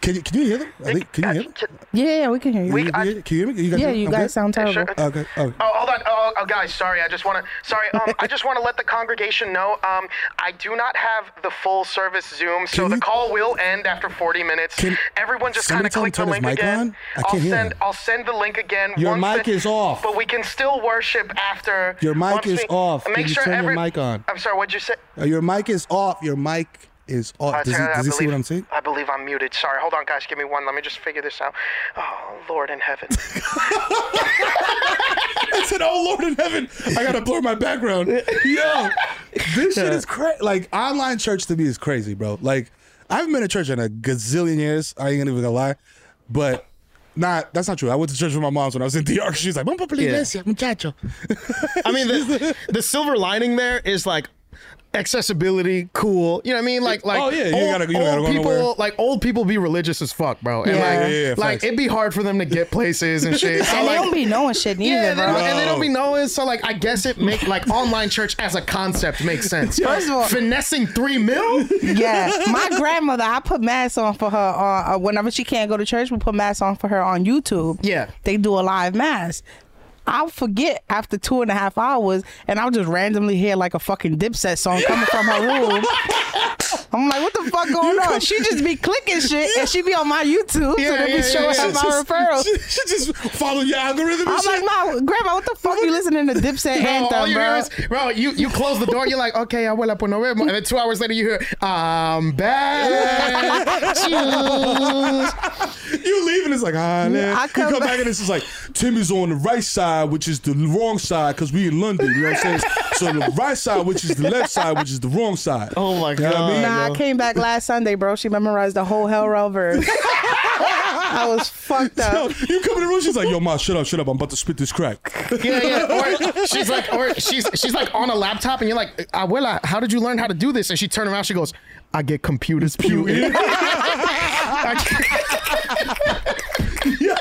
Can you, can you hear them? I think, can you hear them? Yeah, yeah, we can hear you. Can you, can you hear- can you hear me? yeah, hear me? you I'm guys good? sound terrible. Okay, okay. Oh, hold on. Oh, oh, guys, sorry. I just want to. Sorry. Um, I just want to let the congregation know. Um, I do not have the full service Zoom, so Can the you- call will end after 40 minutes. Can- Everyone just kind somebody of tell him click the to turn his link mic again. on? I will can't hear send. him. I'll send the link again. Your once mic the- is off. But we can still worship after. Your mic once is we- off. Make Can you sure turn your every- mic on? I'm sorry. What'd you say? Uh, Your mic is off. Your mic is off. Uh, does he, Tara, I does he see believe- what I'm saying? I believe I'm muted. Sorry. Hold on, guys. Give me one. Let me just figure this out. Oh, Lord in heaven. I said, "Oh Lord in heaven, I gotta blur my background." Yo, this shit is crazy. Like online church to me is crazy, bro. Like I haven't been to church in a gazillion years. I ain't even gonna lie, but not that's not true. I went to church with my mom's when I was in DR. She's like, "Vamos para la Yeah. iglesia, muchacho." I mean, the, the silver lining there is like accessibility, cool. You know what I mean? Like, like Oh, yeah, you ain't old, gotta- you don't gotta old go people, nowhere. like old people, be religious as fuck, bro. And Yeah. like, Yeah, yeah, yeah, like facts. it'd be hard for them to get places and shit. So, and they like, don't be knowing shit neither, yeah, they bro. don't, and they don't be knowing. is. So like, I guess it make like online church as a concept makes sense. First of all- finessing three mil. yeah, my grandmother, I put masks on for her on uh, whenever she can't go to church. We put masks on for her on YouTube. Yeah, they do a live mass. I'll forget after two and a half hours, and I'll just randomly hear like a fucking Dipset song coming from her room. I'm like, what the fuck going on? She just be clicking shit, and she be on my YouTube, so they be showing her my referrals. She, she just follow your algorithm. I'm like, my grandma, what the fuck? You listening to Dipset Bro, anthem, all you bro? hear is, bro, you, you close the door. You're like, okay, I will up on the and then two hours later you hear, I'm back. Choose. you leave and it's like, ah, man. I you come come back, back- and it's just like, Tim is on the right side, which is the wrong side, because we in London. You know what I'm saying? so the right side, which is the left side, which is the wrong side. Oh my Nah, I came back last Sunday, bro. She memorized the whole hell row verse. I was fucked up. Yo, you come in the room, she's like, yo, ma, shut up, shut up. I'm about to spit this crack. yeah, yeah. Or she's like, or she's she's like on a laptop, and you're like, Abuela, how did you learn how to do this? And she turned around, she goes, I get computers putin. Yo,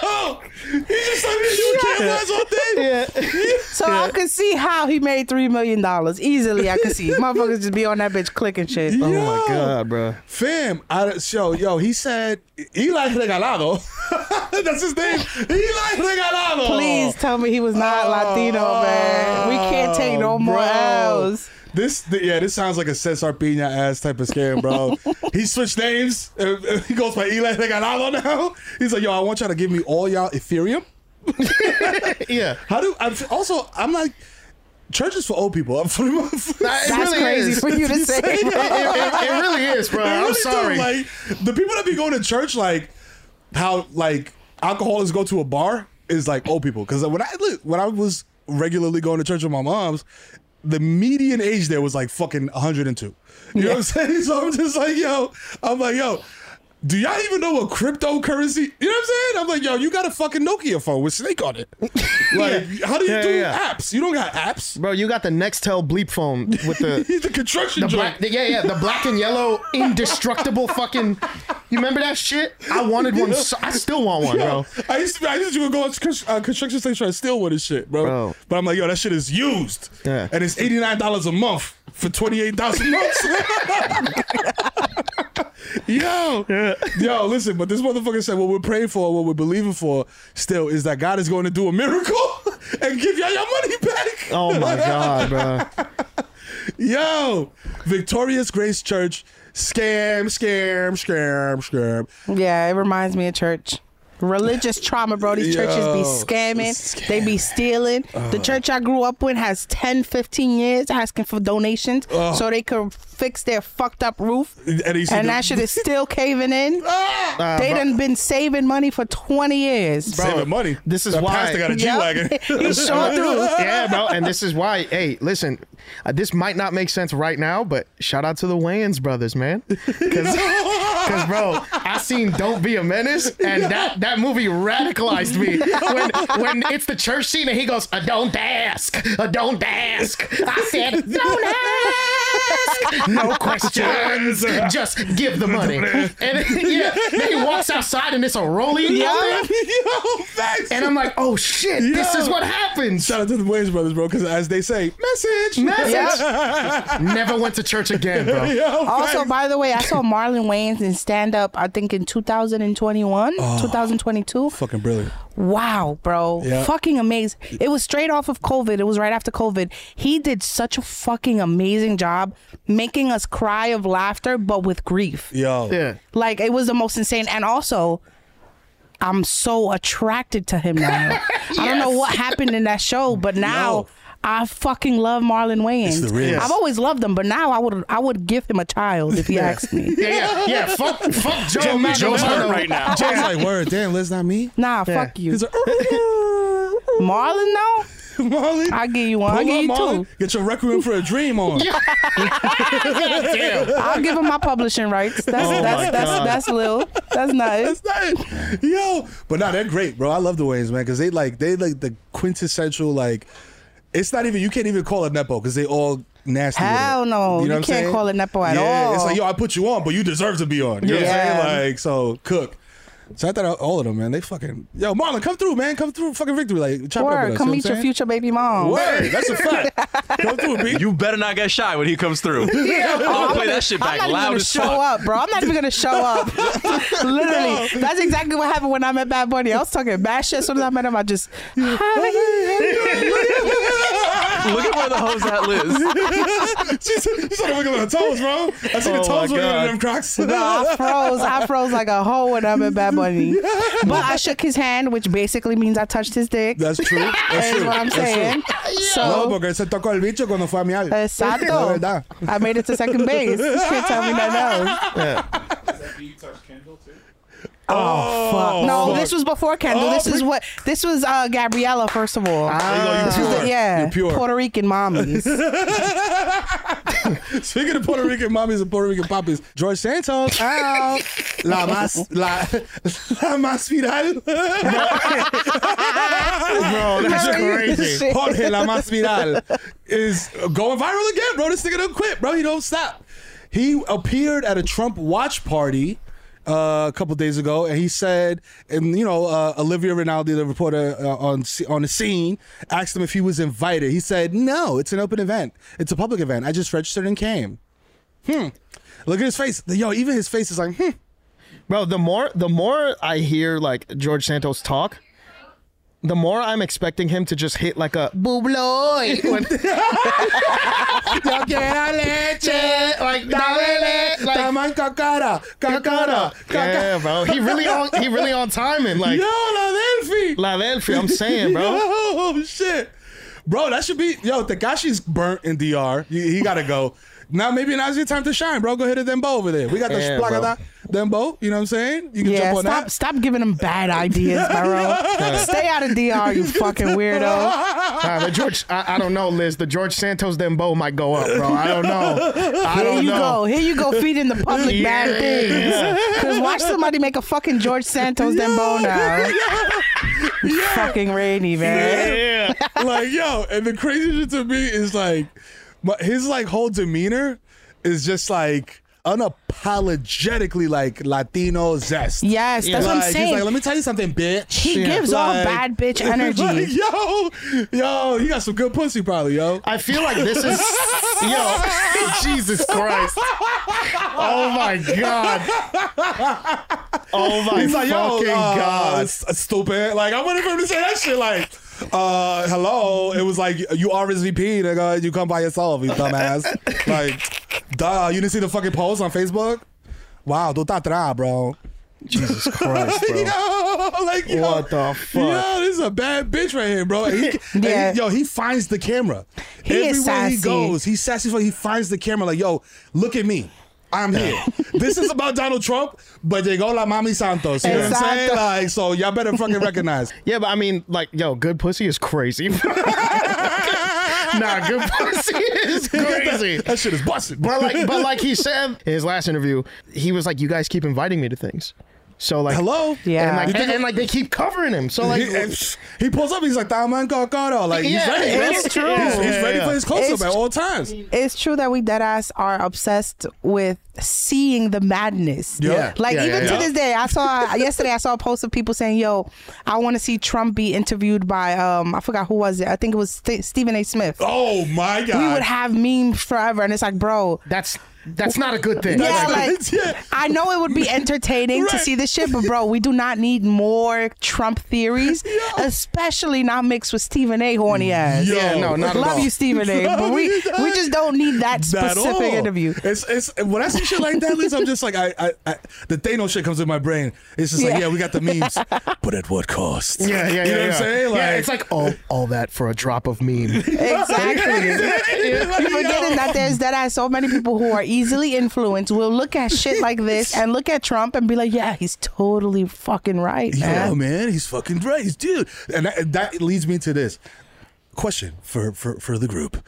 he just like you can't last all day. So I could see how he made three million dollars easily. I could see motherfuckers just be on that bitch clicking shit. Oh my God, bro. Fam, I, yo, yo, he said Eli Regalado. That's his name. Eli Regalado. Please tell me he was not Latino, man. We can't take no more Bro. L's. This, th- yeah, this sounds like a Cesar Pena ass type of scam, bro. he switched names. Uh, uh, he goes by Eli Regalado now. He's like, yo, I want y'all to give me all y'all Ethereum. yeah. How do? I'm, also, I'm like, church is for old people. I'm for, That's really crazy is. for you to say, It- it- bro. it- it really is, bro. It I'm do. sorry. Like the people that be going to church, like how like alcoholics go to a bar is like old people. Because when I look, when I was regularly going to church with my mom's, the median age there was like fucking 102. You know what I'm saying? So I'm just like, yo, I'm like, yo. Do y'all even know what cryptocurrency? You know what I'm saying? I'm like, yo, you got a fucking Nokia phone with Snake on it. Like, how do you do apps? You don't got apps, bro. You got the Nextel bleep phone with the the construction the joint. black, yeah, yeah, the black and yellow indestructible fucking. You remember that shit? I wanted one. Yeah. So, I still want one, Yo, bro. I used to, I used to go on cons- uh, construction station trying to steal one and shit, bro. Bro. But I'm like, yo, that shit is used, Yeah. and it's eighty nine dollars a month for twenty eight thousand months. yo, yo, listen, but this motherfucker said what we're praying for, what we're believing for, still is that God is going to do a miracle and give y'all your money back. Oh my god, bro. Yo, Victorious Grace Church, scam, scam, scam, scam. Yeah, it reminds me of church. Religious trauma, bro. These churches Yo. Uh-huh. be scamming. They be stealing. the church I grew up in has 10, 15 years asking for donations Ugh. so they could fix their fucked up roof. Oh. And they see and the- that shit is still caving in. Ah, they bro. done been saving money for 20 years. Bro, Saving money. This is That why pastor got a G-Wagon. Yep. He sure do. Yeah, bro. And this is why. Hey, listen. Uh, this might not make sense right now, but shout out to the Wayans brothers, man. Because, bro, I seen "Don't Be a Menace," and that that movie radicalized me. When when it's the church scene and he goes, "Uh, "Don't ask, uh, don't ask." I said, "Don't ask." No questions. Just give the money. And yeah, then he walks outside and it's a rolling. Yo, out there. yo, facts. And I'm like, oh shit, this Yo. is what happens. Shout out to the Wayans brothers, bro, because as they say, message, Message. Never went to church again, bro. Yo, also, facts. by the way, I saw Marlon Wayans in stand up, I think in 2021, 2022. fucking brilliant. Wow, bro. Yeah. Fucking amazing. It was straight off of COVID. It was right after COVID. He did such a fucking amazing job making us cry of laughter, but with grief. Yo. Yeah. Like, it was the most insane. And also, I'm so attracted to him now. I don't know Yes. what happened in that show, but now. I fucking love Marlon Wayans. the realest. I've always loved him, but now I would I would give him a child if you asked me. Yeah, yeah, yeah. Fuck, fuck Joe. Joe- Mazzano. Joe's hurt right now. Joe's like, word, damn, Liz, not me. Nah, Yeah. fuck you. He's like, Marlon, though? Marlon? I give you one. I Pull give up, you Marlon. two. Get your Requiem for a Dream on. Goddamn. I'll give him my publishing rights. That's Oh my that's God. that's, that's little. That's nothing. That's nothing. Yo, but nah, they're great, bro. I love the Wayans, man, because they like they like the quintessential like. It's not even you can't even call it nepo because they all nasty. with it. Hell no, you, know you what I'm can't saying? call it nepo at yeah, all. It's like yo, I put you on, but you deserve to be on. You know what I'm Yeah. saying? Like so, cook. So I thought out all of them, man. They fucking yo, Marlon, come through, man. Come through, fucking victory. Like chop it up with Word, us, come you know meet what I'm your saying? future baby mom. Word, that's a fact. You better not get shy when he comes through. Yeah. I'm gonna play that shit I'm back not even loud gonna as show fuck. up, bro. I'm not even gonna show up. Literally, that's exactly what happened when I met Bad Bunny. I was talking bad shit. As soon as I met him, I just Look at where the hoes at, Liz. she said, she started wiggling her toes, bro. I see the Oh, my toes wiggling in God. them Crocs. No, I froze. I froze like a hoe when I met Bad Bunny. But I shook his hand, which basically means I touched his dick. That's true. That's That's true. what I'm That's saying. true. no, So porque él se tocó el bicho cuando fue a miar. La Exacto. verdad. I made it to second base. You can't tell me nothing else. Oh, fuck. No, this was before Kendall. this is what this was uh, Gabriella. First of all, you're this was pure. the, yeah You're pure. Puerto Rican mommies. Speaking of Puerto Rican mommies and Puerto Rican poppies, George Santos out. La más, la, la más viral. Bro, that's crazy. Jorge La Más Viral is going viral again, bro. This nigga don't quit, bro. He don't stop. He appeared at a Trump watch party uh, a couple days ago, and he said, and you know, uh, Olivia Rinaldi, the reporter uh, on sc- on the scene, asked him if he was invited. He said, "No, it's an open event. It's a public event. I just registered and came." Hmm. Look at his face. Yo, even his face is like, hmm. Bro, the more the more I hear like George Santos talk, the more I'm expecting him to just hit like a bubloy. when- Yo quiero leche, like dale, like- taman cacara, cacara, yeah, cacara. bro. He really on he really on timing. Like yo, la Delphi. La Delphi, I'm saying, bro. oh shit, bro, that should be yo. Takashi's burnt in DR. He, he gotta go. Now maybe now's your time to shine, bro. Go hit a dembo over there. We got the Yeah, splagada dembo. You know what I'm saying? You can yeah, jump on stop that. stop giving them bad ideas, bro. Stay out of DR, you fucking weirdo. Nah, the George, I, I don't know, Liz. The George Santos Dembo might go up, bro. I don't know. I Here don't you know. go. Here you go feeding the public Yeah. bad things. Cause watch somebody make a fucking George Santos Dembo now. Fucking rainy, man. like yo, and the crazy shit to me is like, my, his like whole demeanor is just like unapologetically like Latino zest. Yes, that's what I'm Like, saying. He's like, let me tell you something, bitch. He gives off bad bitch energy. like, yo, yo, you got some good pussy, probably, yo. I feel like this is yo, Jesus Christ. Oh my god. Oh my He's like, yo, fucking uh, god. s- stupid. Like, I wanted for him to say that shit. Like, uh, hello. It was like you RSVP, nigga. You come by yourself, you dumbass. like, duh. You didn't see the fucking post on Facebook? Wow, do ta tra, bro. Jesus Christ, bro. yo, like, yo, What the fuck? Yo, this is a bad bitch right here, bro. And he, and he- Yeah. yo, he finds the camera. He Everywhere is he sassy. goes, he's sassy. as fuck. He finds the camera, like, yo, look at me. I'm here. this is about Donald Trump, but they go la mami Santos. You know what I'm saying? Exacto. Like, so y'all better fucking recognize. Yeah, but I mean, like, yo, good pussy is crazy. nah, good pussy is crazy. that, that shit is busted. But like, but like he said in his last interview, he was like, "You guys keep inviting me to things." So like, hello, Yeah. and like, You and, think- and, like they keep covering him. So like, he, and he pulls up. He's like, "Taman Kakaro." Like, he's Yeah, ready. bro. it's true. He's, he's Yeah, ready yeah. for his close up It's- at all times. It's true that we deadass are obsessed with seeing the madness. Yeah. Like Yeah, even yeah, to yeah. this day, I saw yesterday I saw a post of people saying, "Yo, I want to see Trump be interviewed by um I forgot who was it. I think it was St- Stephen A. Smith. Oh my god. We would have memes forever, and it's like, bro, that's that's not a good thing. Yeah, That's- like, yeah. I know it would be entertaining to Right. see this shit, but bro, we do not need more Trump theories, especially not mixed with Stephen A. horny ass. Yo. Yeah, no, not at Love all. you, Stephen A. But we we just don't need that Not at specific all. interview. It's it's when I see shit like that, Liz, I'm just like I, I, I the Thanos shit comes in my brain. It's just like Yeah. yeah, we got the memes, but at what cost? Yeah, yeah, yeah. You know yeah. what I'm saying? Like, yeah, it's like all all that for a drop of meme. Exactly. You're forgetting that there's that ass so many people who are easily influenced will look at shit like this and look at Trump and be like, yeah, he's totally fucking right, yeah, man. man, he's fucking right, he's dude. And that, that leads me to this question for for for the group: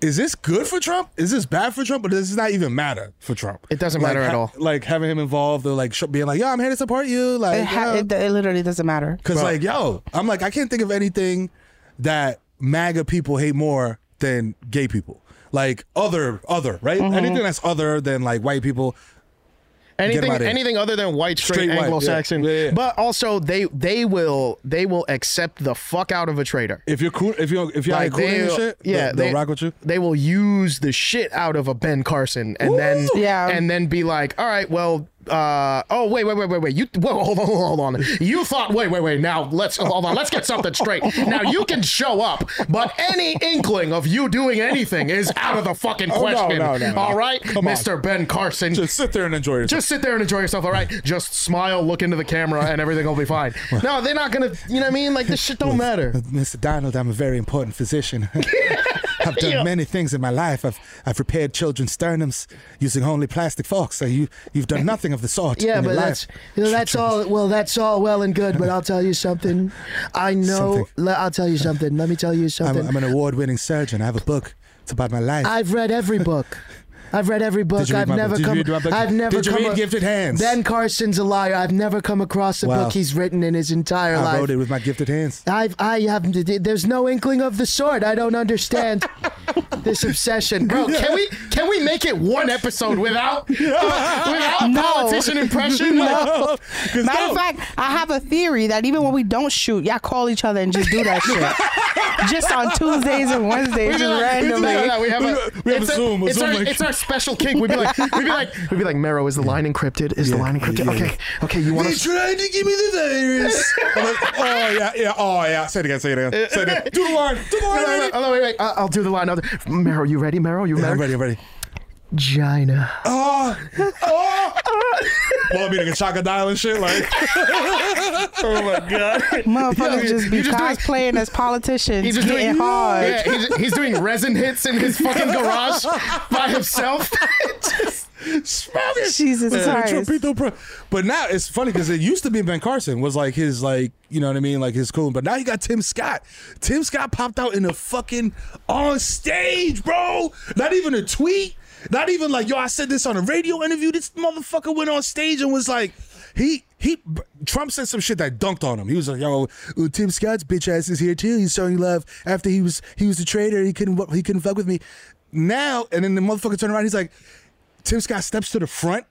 Is this good for Trump? Is this bad for Trump? Or does this not even matter for Trump? It doesn't Like, matter at ha- all. Like having him involved or like sh- being like, "Yo, I'm here to support you." Like, It, ha- yeah. it, it literally doesn't matter. Cause like yo, I'm like I can't think of anything that MAGA people hate more than gay Mm-hmm. people. Like other, other, right? Anything that's other than like white people. Anything, outta here. anything other than white, straight, Straight white, yeah. Anglo-Saxon. Yeah, yeah, yeah. But also, they they will they will accept the fuck out of a traitor. If you're cool, if you're if you're Like, like, cool and they'll- shit, yeah, they'll, they'll they- rock with you. They will use the shit out of a Ben Carson and then Yeah. and then be like, all right, well, uh, oh wait, wait, wait, wait, wait. You whoa, hold on, hold on, hold on. You thought, wait, wait, wait. Now let's hold on. Let's get something straight. Now you can show up, but any inkling of you doing anything is out of the fucking Oh, no, question. no, no, no. All right, Come on. Mr. Ben Carson. Just sit there and enjoy yourself. Just sit there and enjoy yourself, all right? Just smile, look into the camera, and everything will be fine. No, they're not gonna. You know what I mean? Like this shit don't matter. Mr. Donald, I'm a very important physician. I've done Yeah. many things in my life. I've I've repaired children's sternums using only plastic forks. So you you've done nothing of the sort. Yeah, in but your that's life. you know, that's all. Well, that's all well and good, but I'll tell you something. I know. Something. Le- I'll tell you something. Let me tell you I'm, something. I'm an award-winning surgeon. I have a book. It's about my life. I've read every book. I've read every book. Did you read I've my book? never Did you come. read my book? I've never Did you come. read Gifted Hands? Ben Carson's a liar. I've never come across a Wow. book he's written in his entire I life. wrote it with my gifted hands. I've, I haven't. There's no inkling of the sort. I don't understand this obsession, Bro, can we can we make it one episode without uh, without politician impression? No. Like, Matter of fact, I have a theory that even when we don't shoot, y'all call each other and just do that shit. just on Tuesdays and Wednesdays, We'd be just like- randomly. no, no, no, we have a, it's Zoom, a it's, Zoom our, link. it's our special kink. We'd be like, we'd be like, we'd be like, Mero, is the line encrypted? Is the line encrypted? okay, okay, you want They to? tried to give me the virus. I'm like, oh yeah, yeah, oh yeah. Say it again. Say it again. Say it again. Do the line. Do the line. No, no, baby. no, no, wait, wait. I- I'll do the line. I'll do- Mero, you ready? Mero, you ready? I'm ready. I'm ready. Gina. Oh, oh. well, I mean, like a Chaka Dial and shit. Like, oh my god, Motherfuckers just be cosplaying as politicians. He's just getting hard. Yeah, he's, he's doing resin hits in his fucking garage by himself. Just- Jesus Man, Christ. Trumpito Pro- But now it's funny because it used to be Ben Carson was like his like you know what I mean like his cool. But now you got Tim Scott. Tim Scott popped out in a fucking on stage, bro. Not even a tweet. Not even like yo. I said this on a radio interview. This motherfucker went on stage and was like. He he Trump said some shit that dunked on him. He was like, "Yo, uh, Tim Scott's bitch ass is here too. He's showing love after he was he was a traitor. He couldn't he couldn't fuck with me." Now and then the motherfucker turned around. He's like, Tim Scott steps to the front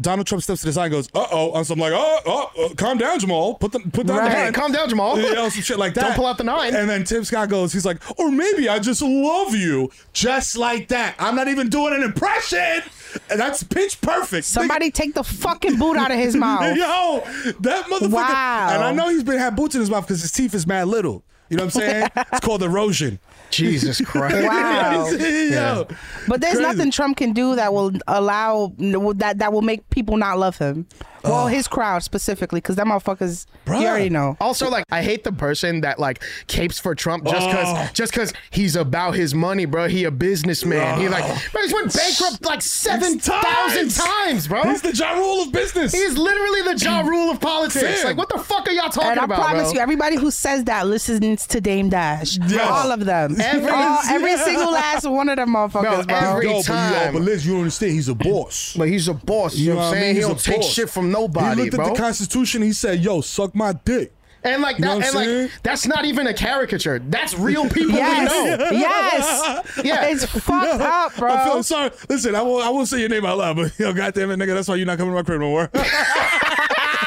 Donald Trump steps to the side and goes, "Uh oh," and so I'm like, "Oh, oh, uh, calm down, Jamal. Put the put down Right. the Hey, nine. calm down, Jamal. You know, some shit like that. Don't pull out the nine. And then Tim Scott goes, he's like, "Or maybe I just love you, just like that. I'm not even doing an impression. And that's pitch perfect. Somebody take the fucking boot out of his mouth. Yo, that motherfucker. Wow. And I know he's been had boots in his mouth because his teeth is mad little. You know what I'm saying? it's called erosion. Jesus Christ. Wow. Yo, But there's Crazy. nothing Trump can do that will allow that that will make people not love him. Well, Oh. Ugh. his crowd specifically, because that motherfuckers. You already know. Also, like, I hate the person that like capes for Trump just because Oh. just because he's about his money, bro. He a businessman. He like, bro, he's went bankrupt like seven thousand times. times, bro. He's the Ja Rule of business. He's literally the Ja Rule of politics. Fam. Like, what the fuck are y'all talking and I about, promise bro? you, everybody who says that listens to Dame Dash. Yes. All of them. Every- All- every single last one of them motherfuckers, bro. Yo, but, yo, but Liz, you don't understand. He's a boss. But he's a boss. you know what I'm saying? He don't take shit from nobody, He looked bro. at the Constitution. He said, "Yo, suck my dick." And like You that, know what and I'm like saying? that's not even a caricature. That's real people Yes. we know. Yes. yeah. It's fucked No, up, bro. I'm feeling sorry. Listen, I won't. I won't say your name out loud, but yo, goddamn it, nigga, that's why you're not coming to my crib no more.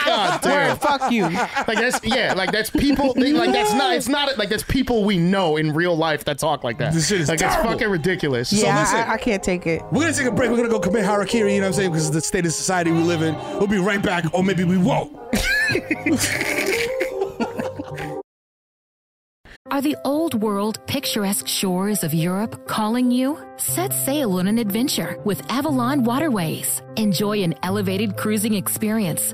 God damn. Word, fuck you. Like that's yeah. Like that's people. they- Like that's not. It's not like that's people we know in real life that talk like that. This shit is like terrible. it's fucking ridiculous. Yeah, I, I can't take it. We're gonna take a break. We're gonna go commit harakiri. You know what I'm saying? Because the state of society we live in. We'll be right back, or maybe we won't. Are the old world picturesque shores of Europe calling you? Set sail on an adventure with Avalon Waterways. Enjoy an elevated cruising experience.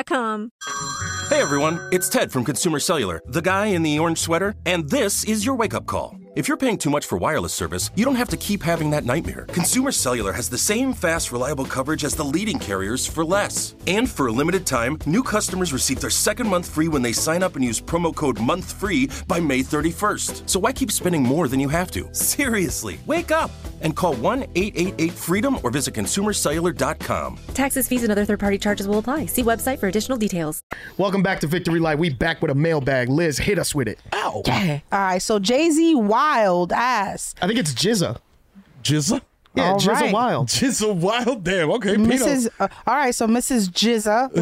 Hey everyone, it's Ted from Consumer Cellular, the guy in the orange sweater, and this is your wake up call. If you're paying too much for wireless service, you don't have to keep having that nightmare. Consumer Cellular has the same fast, reliable coverage as the leading carriers for less. And for a limited time, new customers receive their second month free when they sign up and use promo code MONTHFREE by May 31st. So why keep spending more than you have to? Seriously, wake up and call 1 888 FREEDOM or visit consumercellular.com. Taxes, fees, and other third party charges will apply. See website for additional details. Welcome back to Victory Light. We back with a mailbag. Liz, hit us with it. Ow. Yeah. All right. So Jay Z wild ass. I think it's Jizza. Jizza? Yeah, All Jizza right. Wild. Jizza Wild. Damn. Okay, Mrs. uh, all right, so Mrs. Jizza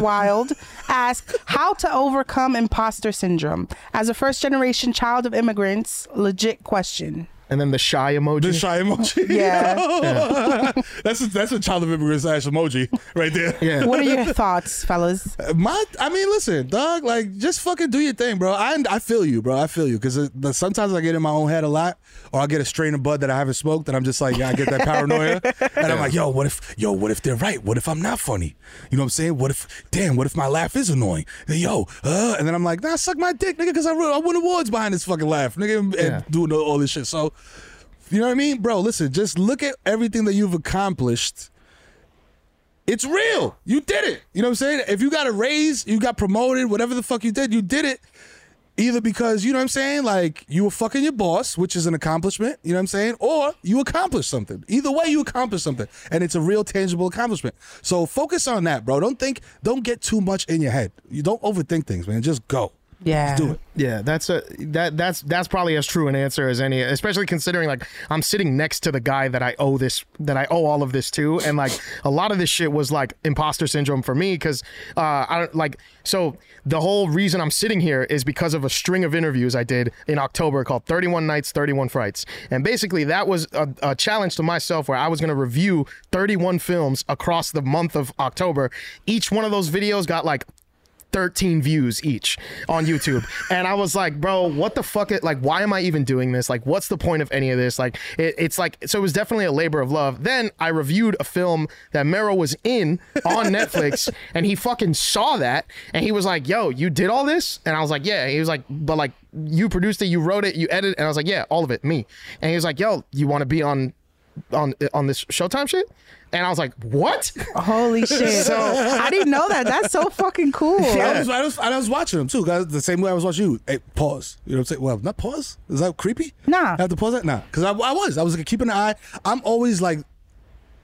Wild asks how to overcome imposter syndrome as a first generation child of immigrants. Legit question. And then the shy emoji. The shy emoji. Yeah. that's a, that's a child of immigrants slash emoji right there. Yeah. What are your thoughts, fellas? My, I mean, listen, dog. Like, just fucking do your thing, bro. I I feel you, bro. I feel you because sometimes I get in my own head a lot, or I get a strain of bud that I haven't smoked, and I'm just like, yeah, I get that paranoia, and I'm like, yo, what if, yo, what if they're right? What if I'm not funny? You know what I'm saying? What if, damn, what if my laugh is annoying? Yo, uh, and then I'm like, nah, suck my dick, nigga, because I, re- I win awards behind this fucking laugh, nigga, and, Yeah. and doing all this shit. So, you know what I mean, bro? Listen, just look at everything that you've accomplished. It's real. You did it. You know what I'm saying? If you got a raise, you got promoted, whatever the fuck you did, you did it. Either because, you know what I'm saying, like you were fucking your boss, which is an accomplishment, you know what I'm saying, or you accomplished something. Either way, you accomplished something. And it's a real tangible accomplishment. So focus on that, bro. Don't think, don't get too much in your head. You don't overthink things, man. Just go. Yeah. do it. Yeah, that's a that that's that's probably as true an answer as any, especially considering like I'm sitting next to the guy that I owe this that I owe all of this to, and like a lot of this shit was like imposter syndrome for me because uh, I don't like so the whole reason I'm sitting here is because of a string of interviews I did in October called 31 Nights, 31 Frights, and basically that was a, a challenge to myself where I was going to review 31 films across the month of October. Each one of those videos got like 13 views each on YouTube. And I was like, bro, what the fuck? It, like, why am I even doing this? Like, what's the point of any of this? Like, it, it's like, so it was definitely a labor of love. Then I reviewed a film that Mero was in on Netflix and he fucking saw that and he was like, yo, you did all this? And I was like, yeah. He was like, but like, you produced it, you wrote it, you edited. And I was like, yeah, all of it, me. And he was like, yo, you want to be on on on this Showtime shit? And I was like, what? Holy shit. So I didn't know that. That's so fucking cool. I, was, I, was, I was watching them too, guys. The same way I was watching you. Hey, pause. You know what I'm saying? Well, not pause. Is that creepy? Nah. I have to pause that? Nah. Because I, I was. I was like, keeping an eye. I'm always like,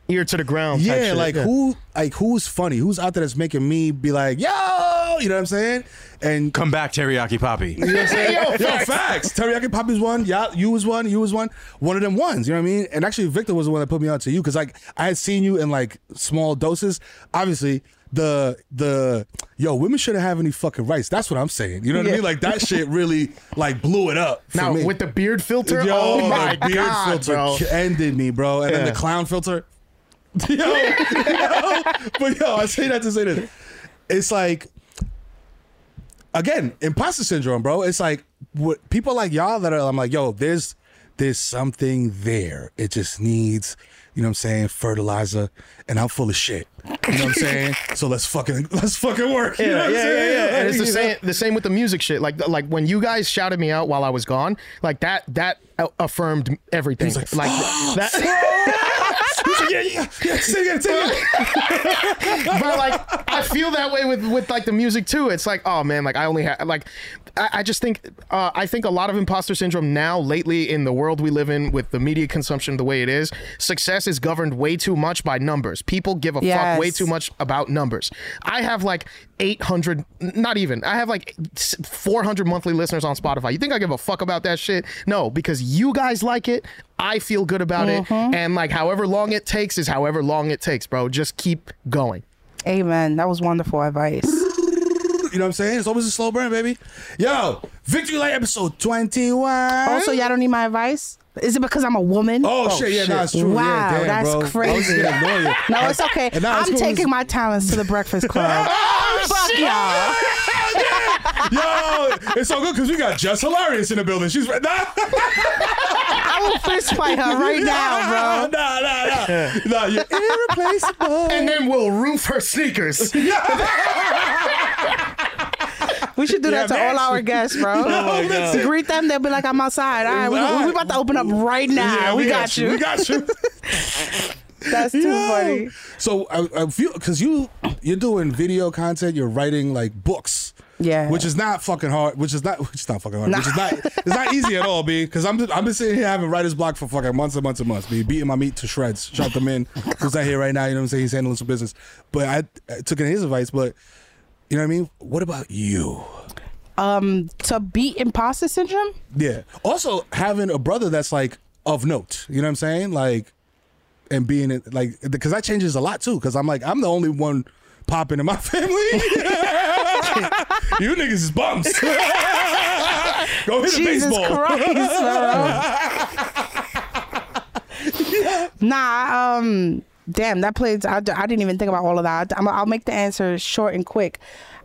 ear to the ground. type Yeah, shit, like yeah. who, like who's funny? Who's out there that's making me be like, yo, you know what I'm saying? And Come back, teriyaki poppy. you know what I'm saying? Yo, Yo, facts. facts. Teriyaki Poppy's one. Yeah, you was one. You was one. One of them ones. You know what I mean? And actually, Victor was the one that put me on to you because like I had seen you in like small doses. Obviously, the the yo women shouldn't have any fucking rights. That's what I'm saying. You know what I Yeah. mean? Like that shit really like blew it up. for Now, me. with the beard filter? Yo, Oh my the beard God, filter bro. ended me, bro. And then Yeah. the clown filter. Yo, yo, but yo, I say that to say this. It's like again, imposter syndrome, bro. It's like what people like y'all that are I'm like, yo, there's there's something there. It just needs, you know what I'm saying, fertilizer, and I'm full of shit. You know what I'm saying? So let's fucking let's fucking work. you know Yeah, what I'm yeah, yeah, saying? yeah. And it's the You know? same, the same with the music shit. Like, like when you guys shouted me out while I was gone, like that, that a- affirmed everything. Like, that. yeah, yeah, yeah, sing it, sing it. but like, I feel that way with with like the music too. It's like, oh man, like I only have like, I, I just think, uh, I think a lot of imposter syndrome now lately in the world we live in with the media consumption the way it is, success is governed way too much by numbers. People give a fuck way Yes. too much much about numbers. I have like 800, not even, I have like 400 monthly listeners on Spotify. You think I give a fuck about that shit? No, because you guys like it. I feel good about Mm-hmm. it. And like however long it takes is however long it takes, bro. Just keep going. Amen. That was wonderful advice. You know what I'm saying? It's always a slow burn, baby. Yo, Victory Light episode 21. Also, y'all don't need my advice. Is it because I'm a woman? Oh, shit, yeah, nah, it's true. Wow, Yeah, damn, that's bro. Oh, I was crazy. gonna annoy you. no, it's okay. And nah, it's I'm cool. taking my talents to the Breakfast Club. Fuck y'all. Yo, it's so good because we got Just Hilarious in the building. She's right now. I will Oh, fist fight her right now, bro. Nah, nah, nah. nah you're irreplaceable. And then we'll roof her sneakers. We should do Yeah, that to man. all our guests, bro. Oh, my God. Greet them. They'll be like, "I'm outside. All right, we, we, we about to open up right now. Yeah, we, got, you. We got you. That's too funny. So I, I feel because you you're doing video content, you're writing like books. Yeah. Which is not fucking hard. Which is not. Which is not fucking hard. Nah. Which is not. It's not easy at all, b. Because I'm. I've been sitting here having writer's block for fucking months and months and months. B. Beating my meat to shreds. Shot them in. Who's not here right now? You know what I'm saying? He's handling some business. But I, I took in his advice. But you know what I mean? What about you? Um, to beat imposter syndrome. Yeah. Also, having a brother that's like of note, you know what I'm saying? Like, and being like, because that changes a lot too. Because I'm like, I'm the only one popping in my family. you niggas is bums. Go hit Jesus a baseball. Christ, bro. nah, um, damn, that plays. I, d- I didn't even think about all of that. I'm, I'll make the answer short and quick.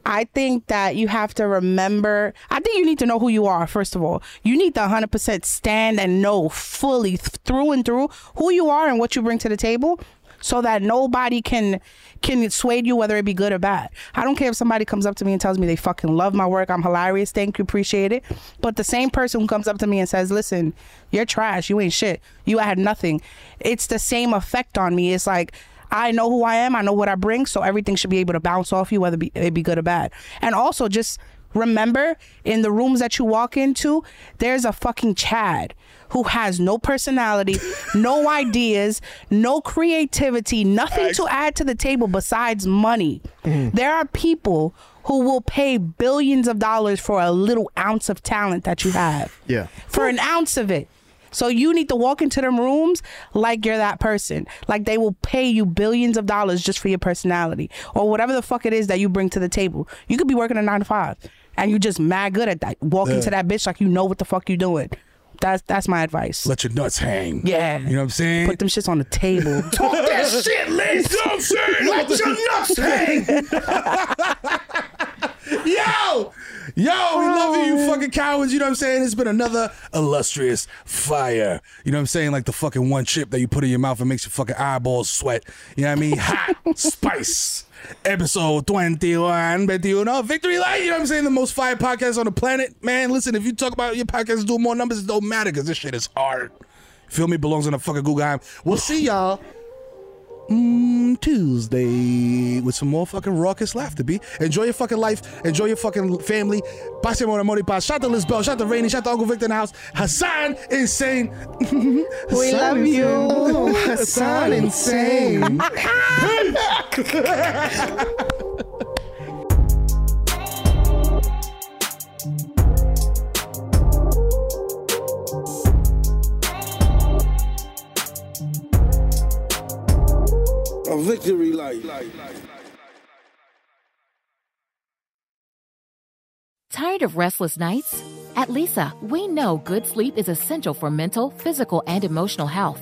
I think that you have to remember. I think you need to know who you are, first of all. You need to 100% stand and know fully th- through and through who you are and what you bring to the table so that nobody can can sway you whether it be good or bad. I don't care if somebody comes up to me and tells me they fucking love my work, I'm hilarious, thank you, appreciate it. But the same person who comes up to me and says, "Listen, you're trash, you ain't shit, you had nothing," it's the same effect on me. It's like I know who I am, I know what I bring, so everything should be able to bounce off you whether it be, it be good or bad. And also just remember in the rooms that you walk into, there's a fucking Chad who has no personality, no ideas, no creativity, nothing to add to the table besides money. There are people who will pay billions of dollars for a little ounce of talent that you have Yeah. for an ounce of it. So you need to walk into them rooms like you're that person. Like they will pay you billions of dollars just for your personality or whatever the fuck it is that you bring to the table. You could be working a nine to five and you just mad good at that. Walk Yeah. into that bitch like you know what the fuck you doing. That's that's my advice. Let your nuts hang. Yeah. You know what I'm saying? Put them shits on the table. Talk that shit, Liz. You know what I'm saying? Let your nuts hang. Yo, yo, we love you, you fucking cowards. You know what I'm saying? It's been another illustrious fire. You know what I'm saying? Like the fucking one chip that you put in your mouth and makes your fucking eyeballs sweat. You know what I mean? Hot spice. Episode 21, 21, Victory Light. You know what I'm saying? The most fire podcast on the planet. Man, listen, if you talk about your podcast doing more numbers, it don't matter because this shit is hard. Feel me? Belongs in a fucking Guggenheim. We'll see y'all mm, Tuesday with some more fucking raucous laughter, B. Enjoy your fucking life. Enjoy your fucking family. Pase mora mori paz. Shout to Liz Bell. Shout to Rainy. Shout to Uncle Victor in the house. Hassan Insane. we We love you. Oh, Hassan Insane. A victory light. Tired of restless nights? At Lisa, we know good sleep is essential for mental, physical, and emotional health.